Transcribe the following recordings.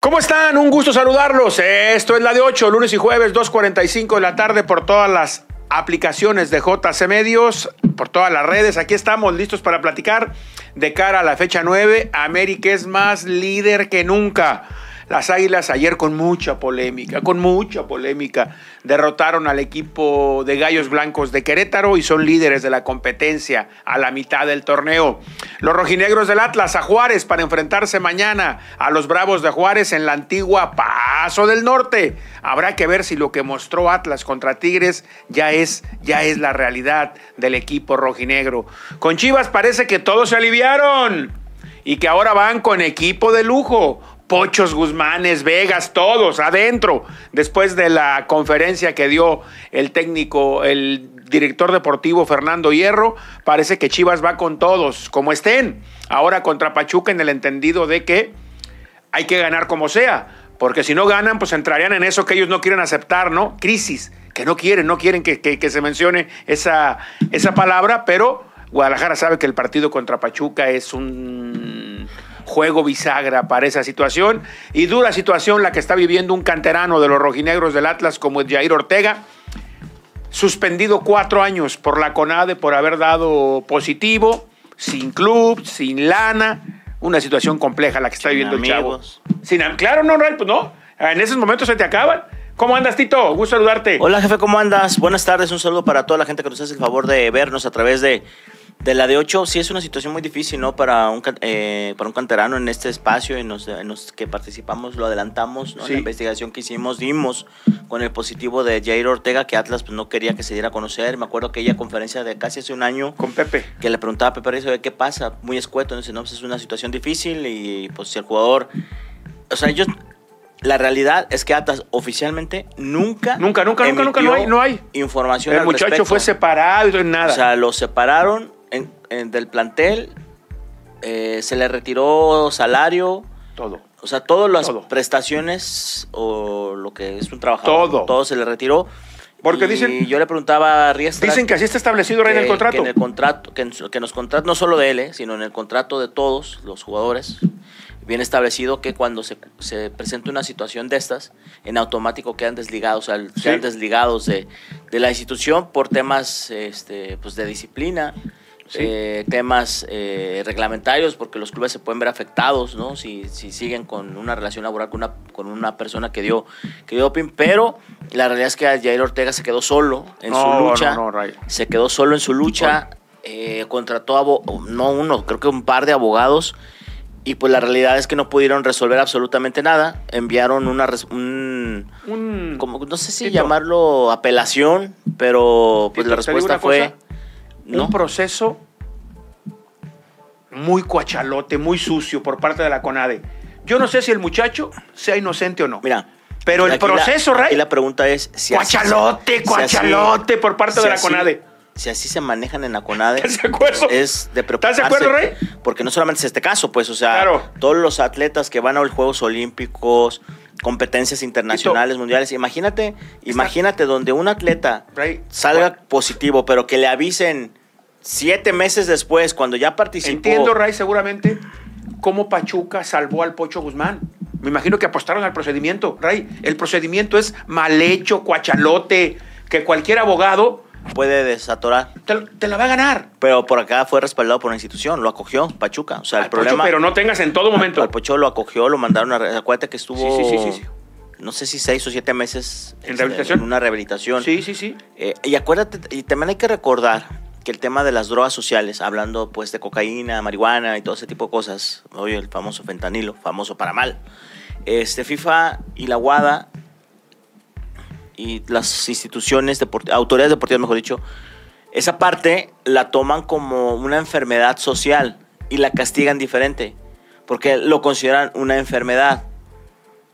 ¿Cómo están? Un gusto saludarlos. Esto es la de 8, lunes y jueves, 2.45 de la tarde por todas las aplicaciones de JC Medios, por todas las redes. Aquí estamos listos para platicar de cara a la fecha 9. América es más líder que nunca. Las Águilas ayer con mucha polémica, con mucha polémica, derrotaron al equipo de Gallos Blancos de Querétaro y son líderes de la competencia a la mitad del torneo. Los rojinegros del Atlas a Juárez para enfrentarse mañana a los Bravos de Juárez en la antigua Paso del Norte. Habrá que ver si lo que mostró Atlas contra Tigres ya es, ya es la realidad del equipo rojinegro. Con Chivas parece que todos se aliviaron y que ahora van con equipo de lujo. Pochos Guzmanes, Vegas, todos adentro, después de la conferencia que dio el técnico, el director deportivo Fernando Hierro, parece que Chivas va con todos, como estén. Ahora contra Pachuca en el entendido de que hay que ganar como sea, porque si no ganan, pues entrarían en eso que ellos no quieren aceptar, ¿no? Crisis, que no quieren, no quieren que, que- que se mencione esa, esa palabra, pero Guadalajara sabe que el partido contra Pachuca es un juego bisagra para esa situación y dura situación la que está viviendo un canterano de los rojinegros del Atlas como es Jair Ortega, suspendido cuatro años por la CONADE por haber dado positivo, sin club, sin lana, una situación compleja la que está Sin viviendo amigos. el chavo. Sin am- claro, no, Raúl, pues no, en esos momentos se te acaban. ¿Cómo andas, Tito? Gusto saludarte. Hola jefe, ¿cómo andas? Buenas tardes, un saludo para toda la gente que nos hace el favor de vernos a través de, de la de 8. Sí, es una situación muy difícil, ¿no? Para un, can- eh, para un canterano en este espacio en los, en los que participamos, lo adelantamos, ¿no? En Sí. La investigación que hicimos, dimos con el positivo de Jair Ortega, que Atlas pues, no quería que se diera a conocer. Me acuerdo aquella conferencia de casi hace un año Con Pepe. que le preguntaba a Pepe Recio de qué pasa, muy escueto, dice, no, pues es una situación difícil y pues si el jugador, o sea, ellos, la realidad es que Atlas oficialmente nunca... Nunca, nunca, nunca, nunca, no hay, no hay. Información El al muchacho respecto. fue separado y todo, nada. O sea, lo separaron en- en- del plantel, eh, se le retiró salario, todo. o sea, todas las Todo. prestaciones o lo que es un trabajador. Todo. Todo se le retiró. Porque Y dicen- Yo le preguntaba a Riestra Dicen que así está establecido, Rey, en el contrato. que en el contrato, que, en su- que en los contratos, no solo de él, eh, sino en el contrato de todos los jugadores, viene establecido que cuando se, se presenta una situación de estas, en automático quedan desligados, o sea, Sí. quedan desligados de, de la institución por temas este, pues, de disciplina. Sí. eh, temas eh, reglamentarios porque los clubes se pueden ver afectados no si, si siguen con una relación laboral con una, con una persona que dio que dio doping pero la realidad es que Jair Ortega se quedó solo en No, su no, lucha no, Ray. se quedó solo en su lucha, eh, contrató abo- no uno, creo que un par de abogados y pues la realidad es que no pudieron resolver absolutamente nada, enviaron una res- un Un- como no sé si Tito. llamarlo apelación, pero pues Tito, la te digo respuesta una fue cosa, no. un proceso muy cuachalote, muy sucio por parte de la CONADE. Yo no sé si el muchacho sea inocente o no. Mira, pero el aquí la- proceso, Ray, aquí la pregunta es si así- cuachalote, si así- cuachalote por parte si de la así- CONADE. Si así se manejan en la CONADE, ¿Estás de acuerdo? es de ¿Estás de preocuparse. acuerdo, Rey? Porque no solamente es este caso, pues, o sea, Claro. todos los atletas que van a los Juegos Olímpicos, competencias internacionales, mundiales, imagínate, imagínate donde un atleta Rey, salga positivo, pero que le avisen siete meses después, cuando ya participó. Entiendo, Ray, seguramente cómo Pachuca salvó al Pocho Guzmán. Me imagino que apostaron al procedimiento, Ray. El procedimiento es mal hecho, cuachalote, que cualquier abogado Puede desatorar. te, te la va a ganar. Pero por acá fue respaldado por una institución, lo acogió Pachuca. O sea, el Al Pocho, problema. pero no tengas en todo momento. Al Pocho lo acogió, lo mandaron a. re- Acuérdate que estuvo. Sí, sí, sí, sí, sí. No sé si seis o siete meses. ¿En este, rehabilitación? en una rehabilitación. Sí, sí, sí. Eh, y acuérdate, y también hay que recordar que el tema de las drogas sociales, hablando pues de cocaína, marihuana y todo ese tipo de cosas, oye, el famoso fentanilo, famoso para mal. Este FIFA y la WADA y las instituciones, deport- autoridades deportivas, mejor dicho, esa parte la toman como una enfermedad social y la castigan diferente, porque lo consideran una enfermedad.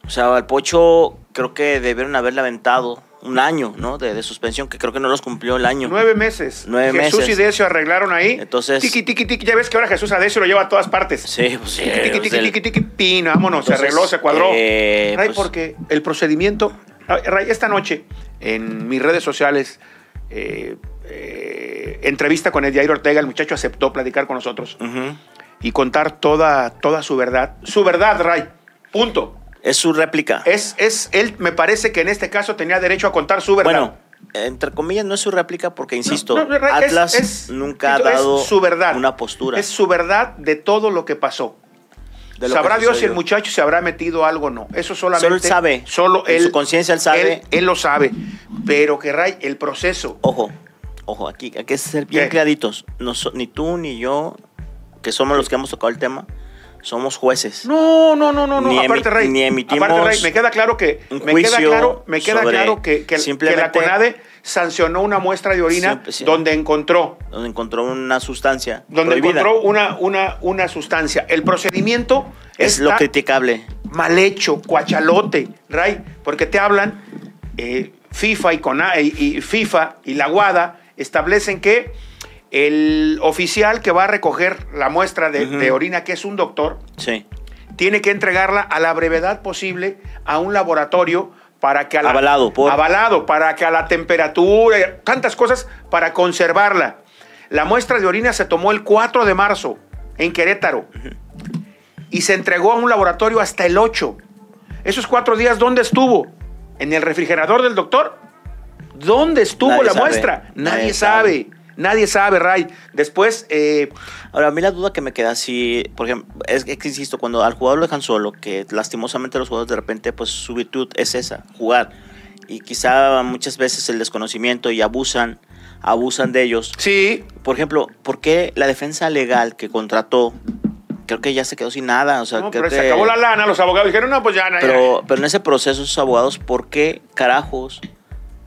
O sea, al Pocho creo que debieron haberle aventado un año, ¿no? De, de suspensión, que creo que no los cumplió el año. Nueve meses. Nueve Jesús meses. y Decio arreglaron ahí. Entonces- Tiki, tiki, tiki. Ya ves que ahora Jesús a Decio lo lleva a todas partes. Sí, pues sí. Tiki, tiki, o tiki, sea, tiki, tiki, pin, vámonos, se Entonces, arregló, se cuadró. eh, Ray, pues- porque el procedimiento. Ay, Ray, esta noche en mis redes sociales, eh, eh, entrevista con el Jair Ortega, el muchacho aceptó platicar con nosotros Ujú. y contar toda, toda su verdad. Su verdad, Ray. Punto. Es su réplica. Es, es, él me parece que en este caso tenía derecho a contar su verdad. Bueno, entre comillas, no es su réplica porque, insisto, No, no, es- Atlas es- nunca ha es dado su verdad. una postura. es su verdad de todo lo que pasó. de lo Sabrá que Dios si el sucedió. muchacho se habrá metido algo o no. Eso solamente. Solo él sabe. Solo En él. su conciencia él sabe. Él, él lo sabe. Pero que Ray, el proceso. Ojo, ojo, aquí hay que ser bien ¿Qué? claritos. No so- ni tú ni yo, que somos los que hemos tocado el tema, somos jueces. No, no, no, no, no. Ni emi- aparte, Ray. ni emitimos aparte, Ray, me queda claro que. un Me queda juicio claro, me queda sobre- claro que, que- que la simplemente- CONADE sancionó una muestra de orina Siempre- sí. donde encontró. Donde encontró una sustancia. Donde prohibida. encontró una, una, una sustancia. El procedimiento Es está lo criticable. mal hecho, cuachalote, Ray, porque te hablan eh, FIFA y, Cona- eh, y- y FIFA y la WADA establecen que el oficial que va a recoger la muestra de, Ujú. de orina, que es un doctor, Sí. tiene que entregarla a la brevedad posible a un laboratorio para que a la, Avalado por- avalado para que a la temperatura, tantas cosas para conservarla. La muestra de orina se tomó el 4 de marzo en Querétaro y se entregó a un laboratorio hasta el 8. Esos cuatro días, ¿dónde estuvo? ¿En el refrigerador del doctor? ¿Dónde estuvo Nadie la sabe. muestra? Nadie, Nadie sabe. sabe. Nadie sabe, Ray. Después, eh, Ahora, a mí la duda que me queda, si, por ejemplo, es que es que insisto, cuando al jugador lo dejan solo, que lastimosamente los jugadores de repente, pues su virtud es esa, jugar. Y quizá muchas veces el desconocimiento y abusan, abusan de ellos. sí, Por ejemplo, ¿por qué la defensa legal que contrató, creo que ya se quedó sin nada? O sea, no, creo pero se que- acabó la lana, los abogados dijeron, no, pues ya, ya, ya". pero, pero en ese proceso, esos abogados, ¿por qué carajos?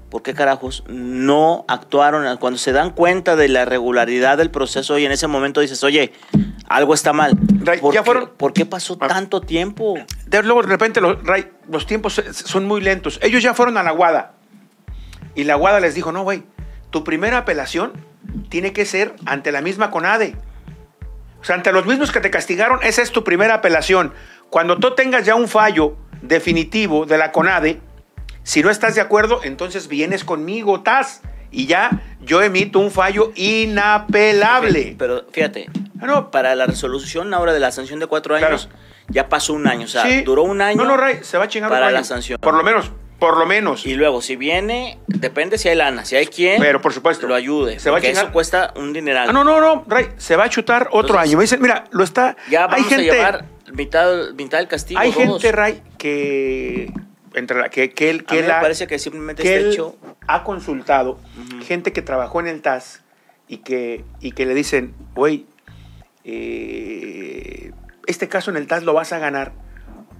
¿Por qué carajos no actuaron cuando se dan cuenta de la irregularidad del proceso y en ese momento dices, oye, algo está mal? Ray, ¿Por, ya qué, fueron- por qué pasó Ah. tanto tiempo? De- luego de repente los, Ray, los tiempos se- son muy lentos. Ellos ya fueron a la Guada. Y la Guada les dijo, no, güey, tu primera apelación tiene que ser ante la misma CONADE. O sea, ante los mismos que te castigaron, esa es tu primera apelación. Cuando tú tengas ya un fallo definitivo de la CONADE, si no estás de acuerdo, entonces vienes conmigo, TAS. Y ya yo emito un fallo inapelable. Pero fíjate, Ah, no, para la resolución ahora de la sanción de cuatro Claro. años, ya pasó un año. O sea, sí. duró un año. No, no, Ray, se va a chingar un para año. la sanción. Por lo menos, por lo menos. Y luego, si viene, depende si hay lana, si hay quien Pero, por supuesto. ¿Eh? lo ayude. Se va a porque chingar. eso cuesta un dineral. Ah, no, no, no, Ray, se va a chutar otro Entonces, año. Me dicen, mira, lo está. Ya hay vamos gente, a llevar mitad, mitad del castigo. hay dos. gente, Ray, que entre la que, que él, A mí que me la- parece que simplemente que está él este hecho. ha consultado Ujú. gente que trabajó en el TAS y que y que le dicen, güey, eh, este caso en el TAS lo vas a ganar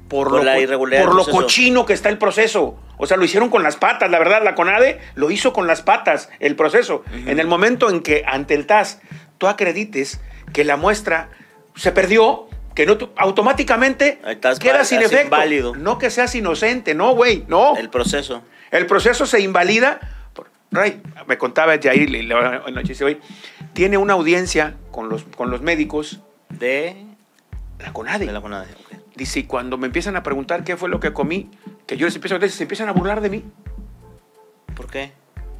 por, Por lo, la co- irregularidad por del lo proceso. cochino que está el proceso. O sea, lo hicieron con las patas, la verdad, la CONADE lo hizo con las patas el proceso. En el momento en que ante el TAS tú acredites que la muestra se perdió, que no tu- automáticamente El TAS queda va- sin hace efecto. inválido. No que seas inocente, no, güey, no. El proceso. El proceso se invalida. por- Ray, me contaba Jair le- le- anoche, dice, "Oye, tiene una audiencia con los, con los médicos, De, la CONADE. de la CONADE. ok. Dice, y cuando me empiezan a preguntar qué fue lo que comí, que yo les empiezo a decir, se empiezan a burlar de mí. ¿Por qué?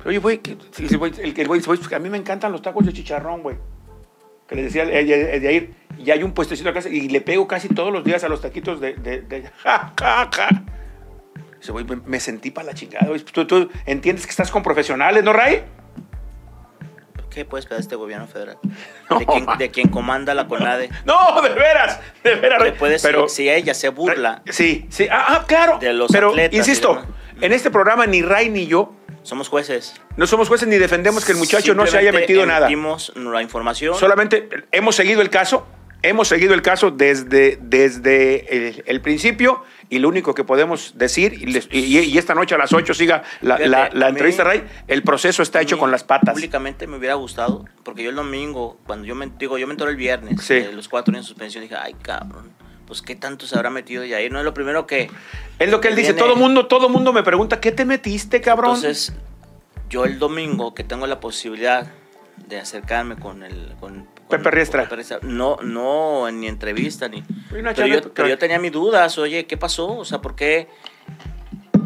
Oye, güey, que- dice, güey, el que el güey dice, "Güey, a mí me encantan los tacos de chicharrón, güey. Que les decía el, el- el de Jair, y hay un puestecito acá, y le pego casi todos los días a los taquitos de... de, de- ja, ja, ja". Dice, güey, me, me sentí para la chingada. güey. ¿Tú, tú entiendes que estás con profesionales, ¿no, Ray? ¿Por qué puedes pedir a este gobierno federal? No, de, quien, ma. de quien comanda la CONADE. No, de veras, de veras. Le puedes, pero si ella se burla, Sí, sí, ah, ah, claro. De los pero atletas y insisto, demás. en este programa ni Ray ni yo somos jueces. no somos jueces ni defendemos que el muchacho no se haya metido en nada. Emitimos la información. Solamente hemos seguido el caso, hemos seguido el caso desde, desde el, el principio y lo único que podemos decir, y, les- y- y esta noche a las 8 siga la, Fíjate, la- la a mí- entrevista, Ray, el proceso está hecho mí con las patas. Públicamente me hubiera gustado, porque yo el domingo, cuando yo me digo, yo me entero el viernes, Sí. de los cuatro años de suspensión, dije, ay cabrón, pues qué tanto se habrá metido y ahí no es lo primero que. Es lo que él dice, viene- todo mundo, todo mundo me pregunta, ¿qué te metiste, cabrón? Entonces, yo el domingo que tengo la posibilidad de acercarme con el. Con, con- Pepe Riestra. con no, no, ni entrevista, ni. Y una Pero charla- yo, pero yo tenía mis dudas, oye, ¿qué pasó? O sea, ¿por qué?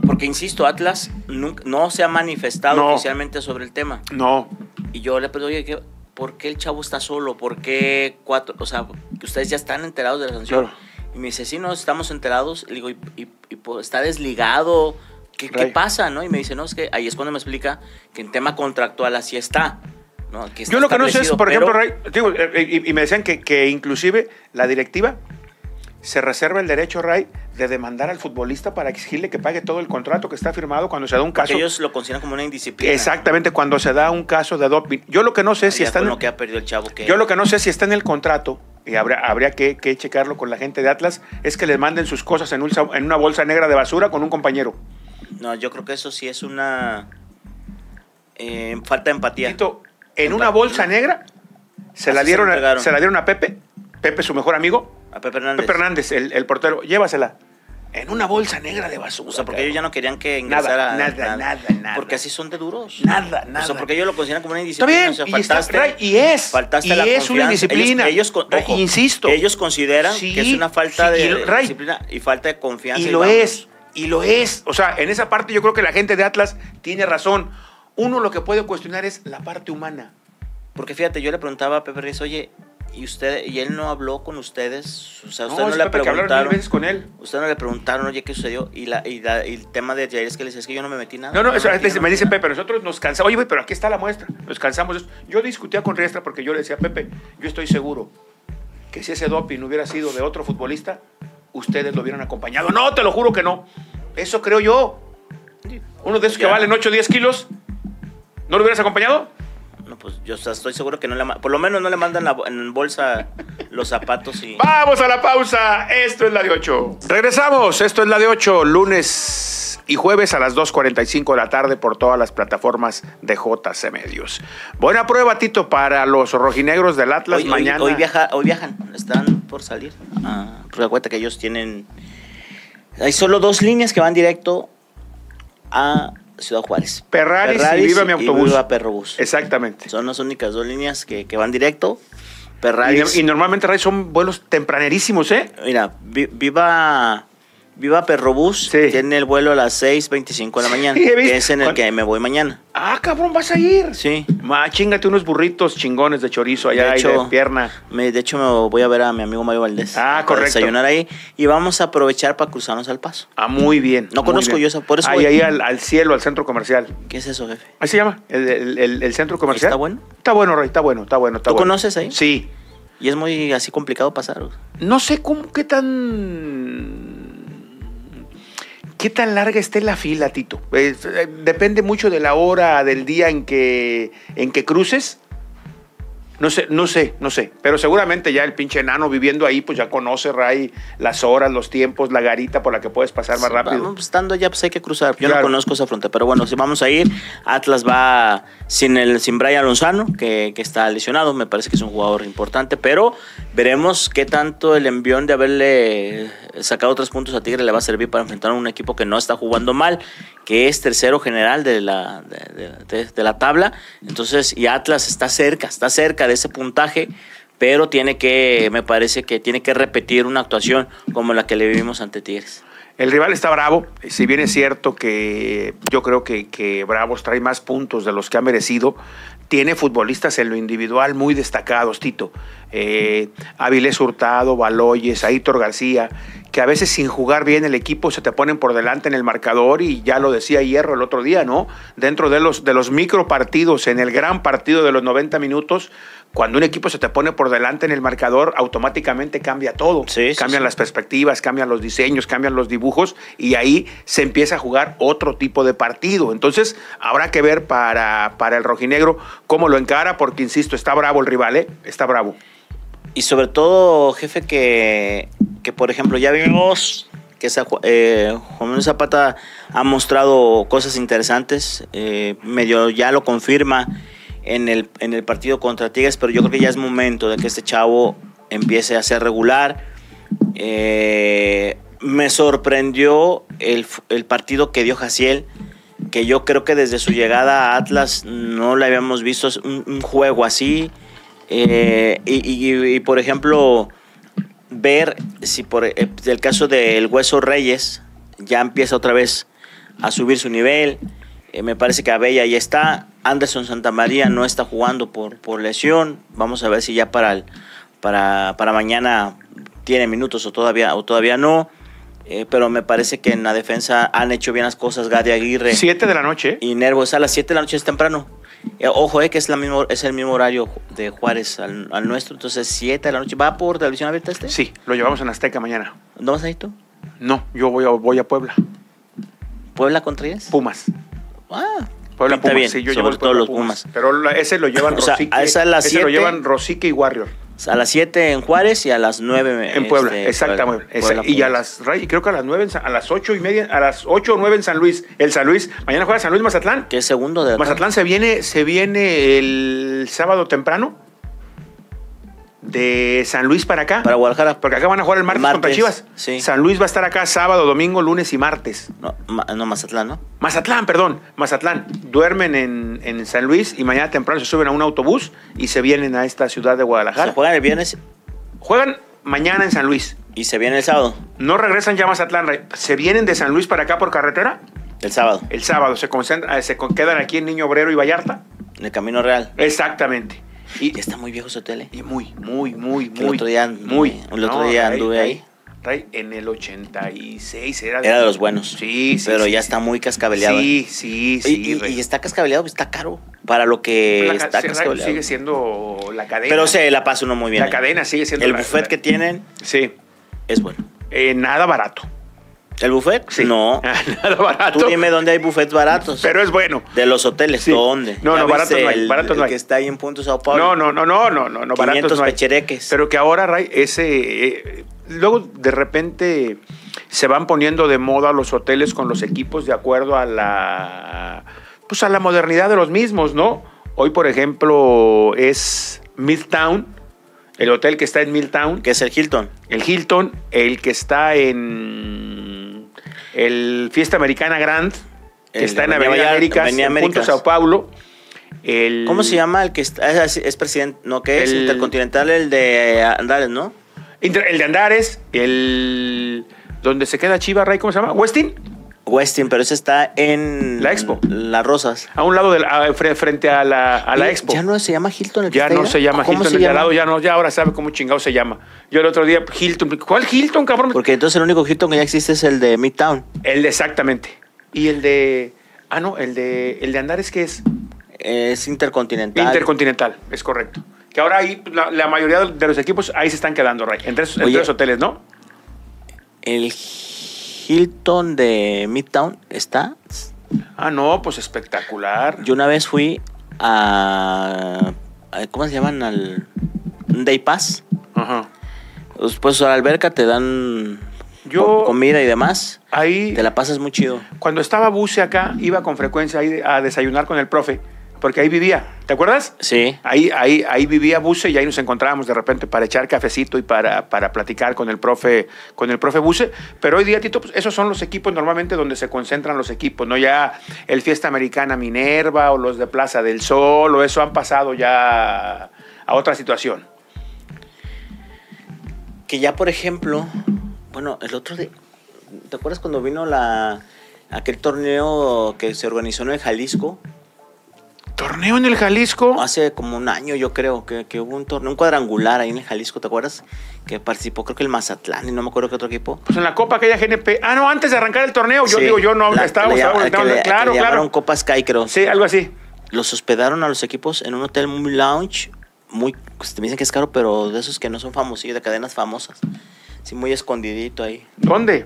Porque, insisto, Atlas nunca- no se ha manifestado No. oficialmente sobre el tema. No, Y yo le pregunto, oye, ¿qué- ¿por qué el chavo está solo? ¿Por qué cuatro? O sea, que ustedes ya están enterados de la sanción. Claro. Y me dice, sí, no, estamos enterados. Le digo, y, y- y, pues, está desligado. ¿Qué, qué Right. pasa? ¿no? Y me dice, no, es que ahí es cuando me explica que en tema contractual así está. ¿no? Que está Yo lo que no sé es, establecido, por pero- ejemplo, Ray, digo, eh, y, y me decían que, que inclusive la directiva se reserva el derecho, Ray, de demandar al futbolista para exigirle que pague todo el contrato que está firmado cuando se da un que caso. ellos lo consideran como una indisciplina. Exactamente, cuando se da un caso de doping. Yo lo que no sé si Ah, Ya está con en lo que ha perdido el chavo que Yo lo que no sé si está en el contrato, y habrá, habría que, que checarlo con la gente de Atlas, es que les manden sus cosas en, un sa- en una bolsa negra de basura con un compañero. No, yo creo que eso sí es una eh, falta de empatía. Tito, en una bolsa negra se Así la, se dieron la a, entregaron. se la dieron a Pepe, Pepe su mejor amigo, a Pepe Hernández. Pepe Hernández, el, el portero, llévasela. En una bolsa negra de basura. Pues, O sea, porque ellos ya no querían que Nada, ingresara. nada, nada, nada. Porque así son de duros. Nada, O nada. sea, porque ellos lo consideran como una Está indisciplina. bien, o sea, y, está- faltaste- Ray, y es, faltaste y es la una confianza. Ellos- indisciplina. Ellos, con- Ojo, ojo, insisto. Ellos consideran Sí, que es una falta sí, de y lo- Ray, disciplina y falta de confianza. Y lo vamos. es, y lo es. O sea, en esa parte yo creo que la gente de Atlas tiene razón. Uno lo que puede cuestionar es la parte humana. Porque fíjate, yo le preguntaba a Pepe Reyes, oye, y usted y él no habló con ustedes, o sea, usted no, es le Pepe, que hablaron mil preguntaron. veces con él. Usted no le preguntaron, oye, ¿qué sucedió? Y, la, y, la- y el tema de ayer es que le dice, es que yo no me metí nada. No, no, eso, me metí, dice- no me dice metí Pepe, nosotros nos cansamos. Oye, güey, pero aquí está la muestra. Nos cansamos de eso. Yo discutía con Riestra porque yo le decía, Pepe, yo estoy seguro que si ese doping hubiera sido de otro futbolista, ustedes lo hubieran acompañado. No, te lo juro que no. Eso creo yo. Uno de esos Ya. que valen 8 o 10 kilos, ¿no lo hubieras acompañado? nada. No, pues yo o sea, estoy seguro que no le ma- por lo menos no le mandan la bo- en bolsa los zapatos y Vamos a la pausa. Esto es la de 8. Regresamos. Esto es la de 8, lunes y jueves a las 2.45 de la tarde por todas las plataformas de JC Medios. Buena prueba, Tito, para los rojinegros del Atlas hoy, hoy- mañana. hoy viaja, hoy viajan, están por salir. Ah, porque acuérdate que ellos tienen hay solo dos líneas que van directo a Ciudad Juárez. Ferraris y Viva mi autobús. Viva Perrobús. Exactamente. Son las únicas dos líneas que, que van directo. Y, Ferraris. y normalmente, Ray, son vuelos tempranerísimos, ¿eh? Mira, vi- viva Viva Perrobús Sí. tiene el vuelo a las 6:25 de la mañana, he visto. que es en el Con- que me voy mañana. Ah, cabrón, vas a ir. Sí. Ma, chingate unos burritos chingones de chorizo De allá y hecho- de pierna. Me- de hecho, me voy a ver a mi amigo Mario Valdés. Ah, para correcto. Desayunar ahí y vamos a aprovechar para cruzarnos al paso. Ah, muy bien. No muy conozco bien. yo esa- por eso Ahí, voy. ahí al, al cielo, al centro comercial. ¿Qué es eso, jefe? Ahí se llama, el, el- el- el centro comercial. ¿Está bueno? Está bueno, Roy, está bueno, está bueno. Está ¿Tú bueno. conoces ahí? Sí. Y es muy así complicado pasar. güey. No sé cómo, qué tan. qué tan larga esté la fila, Tito. Eh, eh, depende mucho de la hora del día en que, en que cruces. No sé, no sé, no sé. Pero seguramente ya el pinche enano viviendo ahí, pues ya conoce, Ray, las horas, los tiempos, la garita por la que puedes pasar más Sí, rápido. vamos, estando allá, pues hay que cruzar. Yo Claro. no conozco esa frontera, pero bueno, si vamos a ir, Atlas va sin el sin Brian Lozano, que, que está lesionado. Me parece que es un jugador importante, pero veremos qué tanto el envión de haberle sacado tres puntos a Tigre le va a servir para enfrentar a un equipo que no está jugando mal, que es tercero general de la, de- de- de- de la tabla. Entonces, y Atlas está cerca, está cerca de ese puntaje. Pero tiene que, me parece que tiene que repetir una actuación como la que le vivimos ante Tigres. El rival está bravo, si bien es cierto que yo creo que, que Bravos trae más puntos de los que ha merecido, tiene futbolistas en lo individual muy destacados, Tito. Eh, Avilés Hurtado, Baloyes, Aitor García, que a veces sin jugar bien el equipo se te ponen por delante en el marcador y ya lo decía Hierro el otro día, ¿no? Dentro de los, de los micro partidos, en el gran partido de los 90 minutos, cuando un equipo se te pone por delante en el marcador, automáticamente cambia todo. Sí, sí, Cambian sí. las perspectivas, cambian los diseños, cambian los dibujos y ahí se empieza a jugar otro tipo de partido. Entonces habrá que ver para, para el rojinegro cómo lo encara, porque insisto, está bravo el rival, ¿eh? Está bravo. Y sobre todo, jefe, que, que, por ejemplo ya vimos que esa, eh, Juan Manuel Zapata ha mostrado cosas interesantes, eh, medio ya lo confirma en el, en el partido contra Tigres, pero yo creo que ya es momento de que este chavo empiece a ser regular. Eh, me sorprendió el, f- el partido que dio Jaciel, que yo creo que desde su llegada a Atlas no le habíamos visto un, un juego así. Eh, y, y- y, por ejemplo, ver si por eh, el caso del Hueso Reyes ya empieza otra vez a subir su nivel. Eh, me parece que Abella ya está. Anderson Santamaría no está jugando por, por lesión. Vamos a ver si ya para, el- para, para mañana tiene minutos o todavía, o todavía no. Eh, pero me parece que en la defensa han hecho bien las cosas Gary Aguirre Siete de la noche. y Nervo. Es a las 7 de la noche, es temprano. Eh, ojo, eh, que es, la mismo, es el mismo horario de Juárez al, al nuestro. Entonces, 7 de la noche. ¿Va por televisión abierta este? Sí, lo llevamos en Azteca mañana. ¿No vas a ir tú? No, yo voy a, voy a Puebla. ¿Puebla contra ellas? Pumas. Ah, Puebla pinta Pumas. bien, sí, yo llevo sobre el todo Puebla los Pumas. Pero la- ese lo llevan O sea, Rosique. a esa a las ese lo siete. llevan Rosique y Warrior. A las 7 en Juárez y a las este, 9 En Puebla, exactamente. Esa- y a las Ray- creo que a las nueve, en San- a las ocho y media, a las ocho o nueve en San Luis. El San Luis, mañana juega San Luis Mazatlán. Que es segundo de la Mazatlán se viene, se viene el sábado temprano de San Luis para acá. Para Guadalajara. porque acá van a jugar el martes, Martes, contra Chivas. sí. San Luis va a estar acá sábado, domingo, lunes y martes. No, Ma- no, Mazatlán, ¿no? Mazatlán, perdón, Mazatlán. Duermen en, en San Luis y mañana temprano se suben a un autobús y se vienen a esta ciudad de Se Guadalajara. juegan el viernes Juegan mañana en San Luis. y se viene el sábado. No regresan ya a Mazatlán. Ray. Se vienen de San Luis para acá por carretera El sábado, el sábado. Se, concentran, eh, se con- quedan aquí en Niño Obrero y Vallarta. en el Camino Real. Exactamente. Y, Ya está muy viejo ese hotel, ¿eh? y muy, muy, muy, muy. El otro día anduve- muy. el otro día anduve ahí. Ray, en el 86 era Era de los buenos. Sí, sí. Pero sí, ya sí. está muy cascabeleado. ¿eh? Sí, sí, Y- sí. y, Ray. y está cascabeleado, pues, está caro. Para lo que La ca- está sí, Ray, cascabeleado. sigue siendo la cadena. Pero se la pasa uno muy bien. la ¿eh? cadena sigue siendo El la- buffet la- que tienen Sí. es bueno. Eh, nada barato. ¿El buffet? Sí. No. Ah, nada barato. Tú dime dónde hay buffets baratos. Pero es bueno. De los hoteles, Sí. ¿dónde? No, ¿Ya no, baratos viste no hay, el- baratos no el hay. que está ahí en Punto Sao No, Paulo. no, no, no, no, no, no, 500 baratos no hay. pechereques. Pero que ahora, Ray, ese. eh, luego de repente se van poniendo de moda los hoteles con los equipos de acuerdo a la. Pues a la modernidad de los mismos, ¿no? Hoy, por ejemplo, es Midtown, el hotel que está en Midtown, Que es el Hilton. el Hilton, el que está en. El Fiesta Americana Grand, que El está en de Avenida, Avenida Américas, Avenida en Punto Américas. Sao Paulo. El, ¿Cómo se llama el que está- es, es presidente? No, que es El- intercontinental, el de Andares, ¿no? Inter- el de Andares, el donde se queda Chiva Ray, ¿cómo se llama? Westin, Westin, pero ese está en. La Expo. Las Rosas. a un lado de la- a- fre- frente a la, a la Oye, expo. Ya no se llama Hilton el que Ya está no ahí, se llama ¿Cómo Hilton, se el de al llama? lado ya no, ya ahora sabe cómo chingado se llama. Yo el otro día, Hilton, ¿cuál Hilton, cabrón? Porque entonces el único Hilton que ya existe es el de Midtown. El de exactamente. Y el de. Ah, no, el de. El de Andares que es Es intercontinental. Intercontinental, es correcto. Que ahora ahí, la, la mayoría de los equipos ahí se están quedando, Ray. Entre esos, entre Oye. esos hoteles, ¿no? el Hilton de Midtown está. Ah, no, pues espectacular. Yo una vez fui a. a- ¿Cómo se llaman? Al. un Day Pass. Ajá. Después a la alberca te dan. Yo- co- comida y demás. Ahí. Te la pasas muy chido. Cuando estaba Buce acá, iba con frecuencia ahí a desayunar con el profe, porque ahí vivía. ¿Te acuerdas? Sí. Ahí, ahí, ahí vivía Buce y ahí nos encontrábamos de repente para echar cafecito y para, para platicar con el profe, con el profe Buce. Pero hoy día, Tito, pues, esos son los equipos normalmente donde se concentran los equipos, ¿no? Ya el Fiesta Americana Minerva o los de Plaza del Sol o eso han pasado ya a otra situación. Que ya, por ejemplo, bueno, el otro de. ¿Te acuerdas cuando vino la aquel torneo que se organizó en el Jalisco? Torneo en el Jalisco. Hace como un año, yo creo, que, que hubo un torneo, un cuadrangular ahí en el Jalisco, ¿te acuerdas? Que participó, creo que el Mazatlán y no me acuerdo qué otro equipo. Pues en la Copa aquella GNP. Ah, no, antes de arrancar el torneo, yo Sí, digo, yo no, la- estábamos, le estábamos- llama- que le- estábamos- que claro, le llamaron claro. Copa Sky, creo. Sí, algo así. Los hospedaron a los equipos en un hotel muy lounge, muy. pues, me dicen que es caro, pero de esos que no son famosillos, de cadenas famosas. Sí, muy escondidito ahí. ¿Dónde?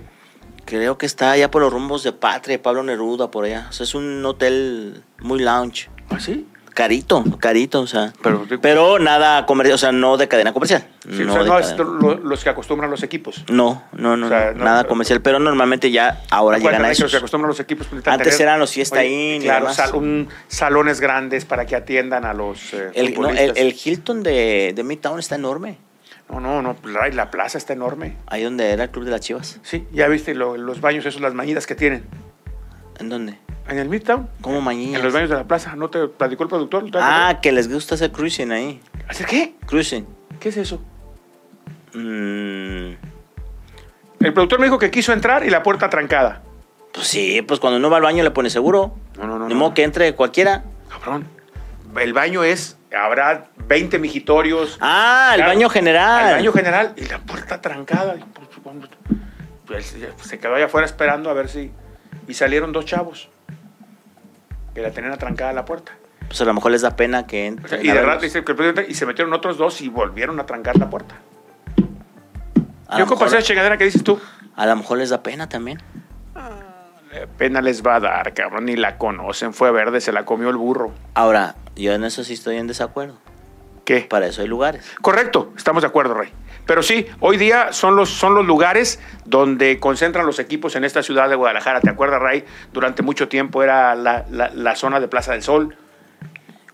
Creo que está allá por los rumbos de Patria, Pablo Neruda, por allá. O sea, es un hotel muy lounge. ¿Ah, sí? Carito, carito, o sea. Pero rico. Pero nada comercial, o sea, no de cadena comercial. Sí, o no, sea, de no es cadena. lo- los que acostumbran los equipos. no, no, no, O sea, no, no, nada no. comercial. Pero normalmente ya ahora Acuérdate llegan a que los que eso. acostumbran los equipos. pues, necesitan Antes eran los Fiesta Inn y Claro, demás. sal- un- salones grandes para que atiendan a los eh, El, no, el- futbolistas. el Hilton de, de Midtown está enorme. No, no, no, la, la plaza está enorme. Ahí donde era el Club de las Chivas. Sí, ya viste lo- los baños esos, las mañitas que tienen. ¿En dónde? En el Midtown, ¿Cómo mañana? en los baños de la plaza. ¿No te platicó el productor? Ah, que les gusta hacer cruising ahí. ¿Hacer qué? Cruising. ¿Qué es eso? Mm, El productor me dijo que quiso entrar y la puerta trancada. pues sí, pues cuando uno va al baño le pone seguro. No, no, no, Ni no. modo que entre cualquiera. Cabrón. el baño es, habrá 20 mijitorios. Ah, el Claro, baño general. El baño general y la puerta trancada. Pues, Se quedó allá afuera esperando a ver si. Y salieron dos chavos que la tenían atrancada la puerta. Pues a lo mejor les da pena que O sea, entren. y a de ver- rato dice que el presidente- y se metieron otros dos y volvieron a trancar la puerta. a Yo lo creo que Ah, mejor- esa chingadera que dices tú. A lo mejor les da pena también. eh, Pena les va a dar, cabrón, ni la conocen. Fue verde, se la comió el burro. Ahora, yo en eso sí estoy en desacuerdo. ¿Qué? Para eso hay lugares. Correcto, estamos de acuerdo, Rey. Pero sí, hoy día son los, son los lugares donde concentran los equipos en esta ciudad de Guadalajara. ¿Te acuerdas, Rey? Durante mucho tiempo era la, la- la zona de Plaza del Sol.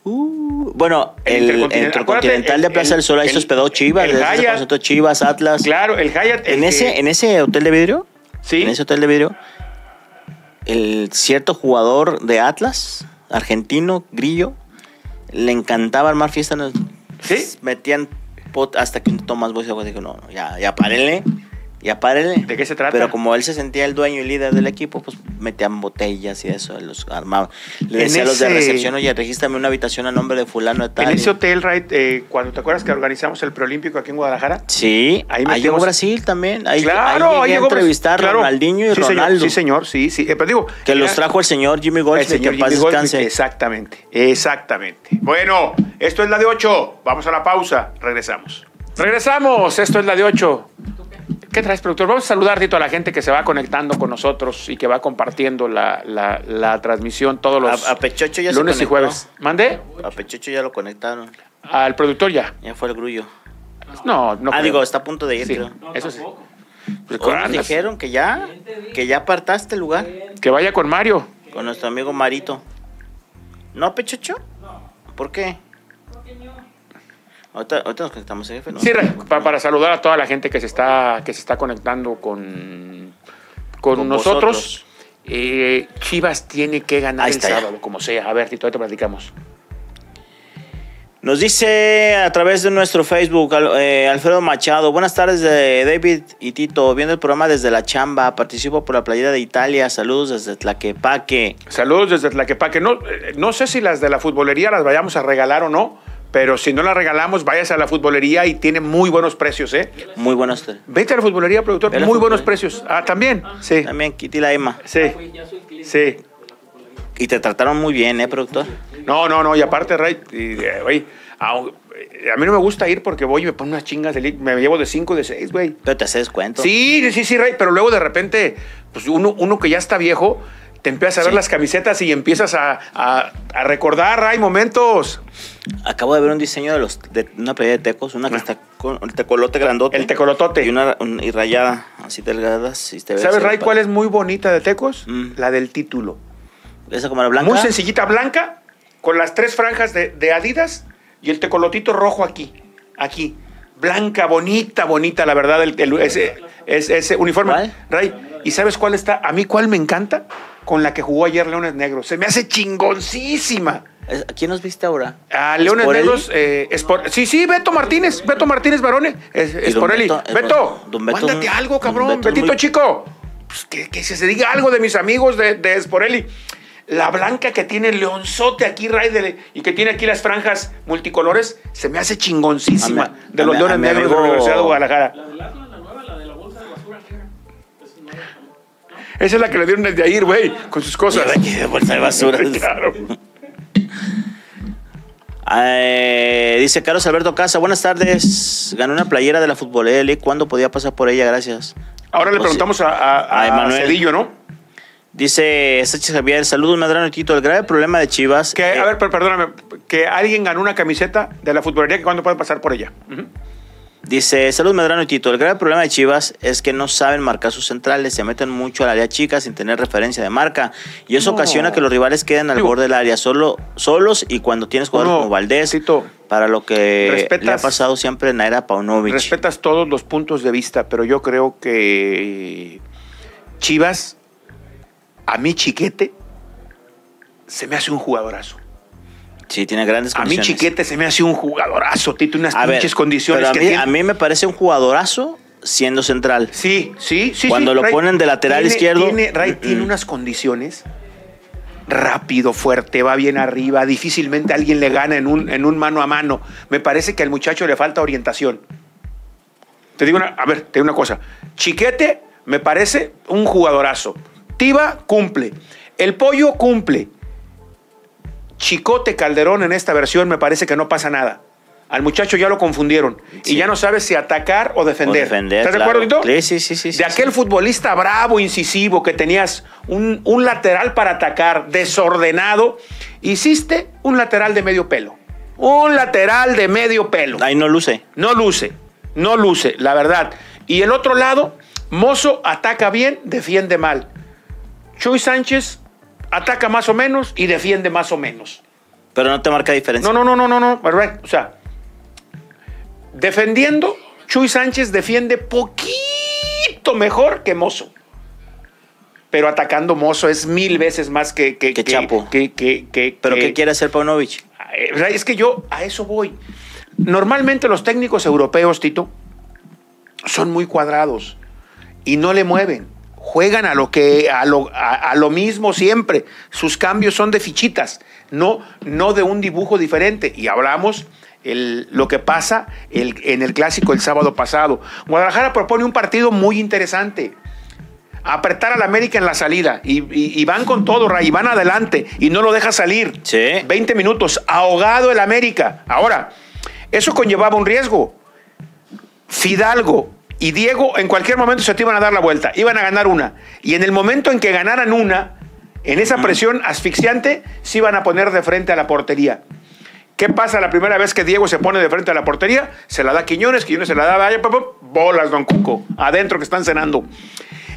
Uh, bueno, El el, Intercontinental- acuérdate, Intercontinental el- de Plaza el- del Sol ahí se el- hospedó Chivas, el de ahí se Hyatt. concentró Chivas, Atlas. Claro, el Hyatt. el En que- ese, en ese hotel de vidrio, sí, en ese hotel de vidrio, el cierto jugador de Atlas, argentino, grillo, le encantaba armar fiestas. ¿Sí? Metían pot hasta que un Tomás Boy dijo, no, no, ya, ya párenle, ya párenle. ¿De qué se trata? Pero como él se sentía el dueño y líder del equipo, pues metían botellas y eso, los armaban. Le En decía a los de ese- recepción, oye, regístrame una habitación a nombre de fulano de tal. en y- ese hotel, Rey, eh, cuando te acuerdas que organizamos el preolímpico aquí en Guadalajara. Sí, Ahí ahí, llegó metimos- Brasil también. Ahí, claro, ahí llegué llegó a entrevistar claro, a Ronaldinho y sí, señor, Ronaldo. sí, señor, sí, sí. Eh, pero digo, Que los era- trajo el señor Jimmy El Goldsmith, señor que en paz Jimmy Goldsmith. descanse. Exactamente, exactamente. Bueno, esto es la de 8. Vamos a la pausa. Regresamos. Regresamos. Esto es la de 8. ¿Qué traes, productor? Vamos a saludar Tito, a la gente que se va conectando con nosotros y que va compartiendo la, la- la transmisión todos los A- a Pechocho ya se lunes y conectó. jueves. ¿Mande? A Pechocho ya lo conectaron. Al productor ya. Ya fue el grullo. No, no. ah, creo. digo, está a punto de ir, Sí, creo. eso sí. Pues, Hoy nos andas. dijeron que ya, que ya apartaste el lugar Que vaya con Mario. con nuestro amigo Marito. ¿No, Pechocho? ¿Por qué? Ahorita, ahorita nos conectamos, ¿eh, jefe. ¿no? Sí, Ray, pa- para saludar a toda la gente que se está, que se está conectando con, con, Con nosotros. vosotros. Eh, Chivas tiene que ganar Ahí el está ya. sábado, como sea. A ver, Tito, ahorita platicamos. Nos dice a través de nuestro Facebook al- eh, Alfredo Machado, buenas tardes eh, David y Tito, viendo el programa desde la chamba, participo por la playera de Italia, saludos desde Tlaquepaque. Saludos desde Tlaquepaque. No, eh, no sé si las de la futbolería las vayamos a regalar o no, pero si no las regalamos, váyase a la futbolería y tiene muy buenos precios, ¿eh? Muy buenos tardes. Vete a la futbolería, productor, Ve a la muy buenos futbolería. precios. Ah, también. Sí. También Kitty la Emma. Sí. Sí. Y te trataron muy bien, ¿eh, productor? No, no, no, y aparte, Ray, y, eh, güey, au- eh, a, mí no me gusta ir porque voy y me ponen unas chingas de lit- me llevo de 5, de 6, güey. Pero te haces descuento. Sí, sí, sí, Ray, pero luego de repente, pues uno, uno que ya está viejo, te empiezas a ver Sí. las camisetas y empiezas a, a- a recordar, Ray, momentos. Acabo de ver un diseño de los de una playera de tecos, una que está con el tecolote grandote. Ah. El tecolotote. Y una un- y rayada, así delgada. si te ves ¿Sabes, el Ray, pa- cuál es muy bonita de Tecos? Mm. La del título. Esa como la blanca. Muy sencillita, blanca, con las tres franjas de, de Adidas y el tecolotito rojo aquí, aquí. Blanca, bonita, bonita, la verdad, el, el- ese, ese- ese uniforme. ¿Cuál? Ray, ¿y sabes cuál está? A mí, ¿cuál me encanta? Con la que jugó ayer Leones Negros. Se me hace chingoncísima. Es- ¿A quién nos viste ahora? A Leones ¿Sporelli? Negros, eh, Espor- sí, sí, Beto Martínez, Beto Martínez Barone, es, Y don Esporelli. Beto, Beto, es- don Beto es mándate un- algo, don cabrón, Beto es Betito muy- Chico. Pues que, que se diga algo de mis amigos de, de Esporelli. La blanca que tiene el leonzote aquí, Ray, de- y que tiene aquí las franjas multicolores, se me hace chingoncísima A mi- de a los mi- Leones a mi Negros de la amigo- Universidad de Guadalajara. Esa es la que le dieron desde ayer, güey, con sus cosas. Mira, aquí de bolsa de basura. Claro. Eh, dice Carlos Alberto Casa, buenas tardes. Gané una playera de la futbolera. ¿eh? ¿Cuándo podía pasar por ella? Gracias. Ahora le Pues, preguntamos a, a, a a Emanuel. Cedillo, ¿no? Dice Sánchez Javier, saludos Medrano y Tito. El grave problema de Chivas. Que, eh, a ver, per- perdóname, que alguien ganó una camiseta de la futbolería que cuándo puede pasar por ella. Ujú. Dice, salud Medrano y Tito, el grave problema de Chivas es que no saben marcar sus centrales, se meten mucho al área chica sin tener referencia de marca y eso No. ocasiona que los rivales queden al Digo- borde del área solo, solos y cuando tienes jugadores No, como Valdés, Tito, para lo que le ha respetas- pasado siempre en era Paunovic. Respetas todos los puntos de vista, pero yo creo que Chivas, a mí chiquete, se me hace un jugadorazo. sí, tiene grandes A mí condiciones. chiquete se me hace un jugadorazo, Tito, unas A ver, pinches condiciones pero a que mí, tiene. a mí me parece un jugadorazo siendo central. Sí, sí, sí. Cuando sí, lo ponen de lateral tiene- izquierdo. Tiene, Ray Mm, tiene mm. unas condiciones. rápido, fuerte, va bien arriba, difícilmente alguien le gana en un, en un mano a mano. Me parece que al muchacho le falta orientación. Te digo una, a ver, te digo una cosa. Chiquete me parece un jugadorazo. Tiba cumple. El pollo cumple. Chicote Calderón en esta versión me parece que no pasa nada. Al muchacho ya lo confundieron y Sí. ya no sabe si atacar o defender. O defender, ¿Estás claro. de acuerdo, Tito? Sí, sí, sí, sí, De sí, aquel sí. futbolista bravo, incisivo, que tenías un, un lateral para atacar, desordenado, hiciste un lateral de medio pelo. Un lateral de medio pelo. Ahí no luce. No luce, no luce, la verdad. Y el otro lado, Mozo ataca bien, defiende mal. Chuy Sánchez ataca más o menos y defiende más o menos. Pero no te marca diferencia. No, no, no, no, no, no, ¿verdad? O sea, defendiendo, Chuy Sánchez defiende poquito mejor que Mozo. Pero atacando Mozo es mil veces más que... que- Que que- Chapo. que- que- que- ¿Pero que- qué quiere hacer Paunovic? eh, Es que yo a eso voy. Normalmente los técnicos europeos, Tito, son muy cuadrados y no le mueven. Juegan a lo que a lo, a- a lo mismo siempre. Sus cambios son de fichitas, no, no de un dibujo diferente. Y hablamos el- lo que pasa el- en el clásico el sábado pasado. Guadalajara propone un partido muy interesante apretar al América en la salida y, y- y van con todo, Ray, y van adelante y no lo deja salir. Sí. 20 minutos, ahogado el América. Ahora, eso conllevaba un riesgo. Fidalgo y Diego en cualquier momento se te iban a dar la vuelta, iban a ganar una. Y en el momento en que ganaran una, en esa presión asfixiante, se iban a poner de frente a la portería. ¿Qué pasa la primera vez que Diego se pone de frente a la portería? Se la da Quiñones, Quiñones se la da, vaya, pum, pum, bolas, don Cuco, adentro que están cenando.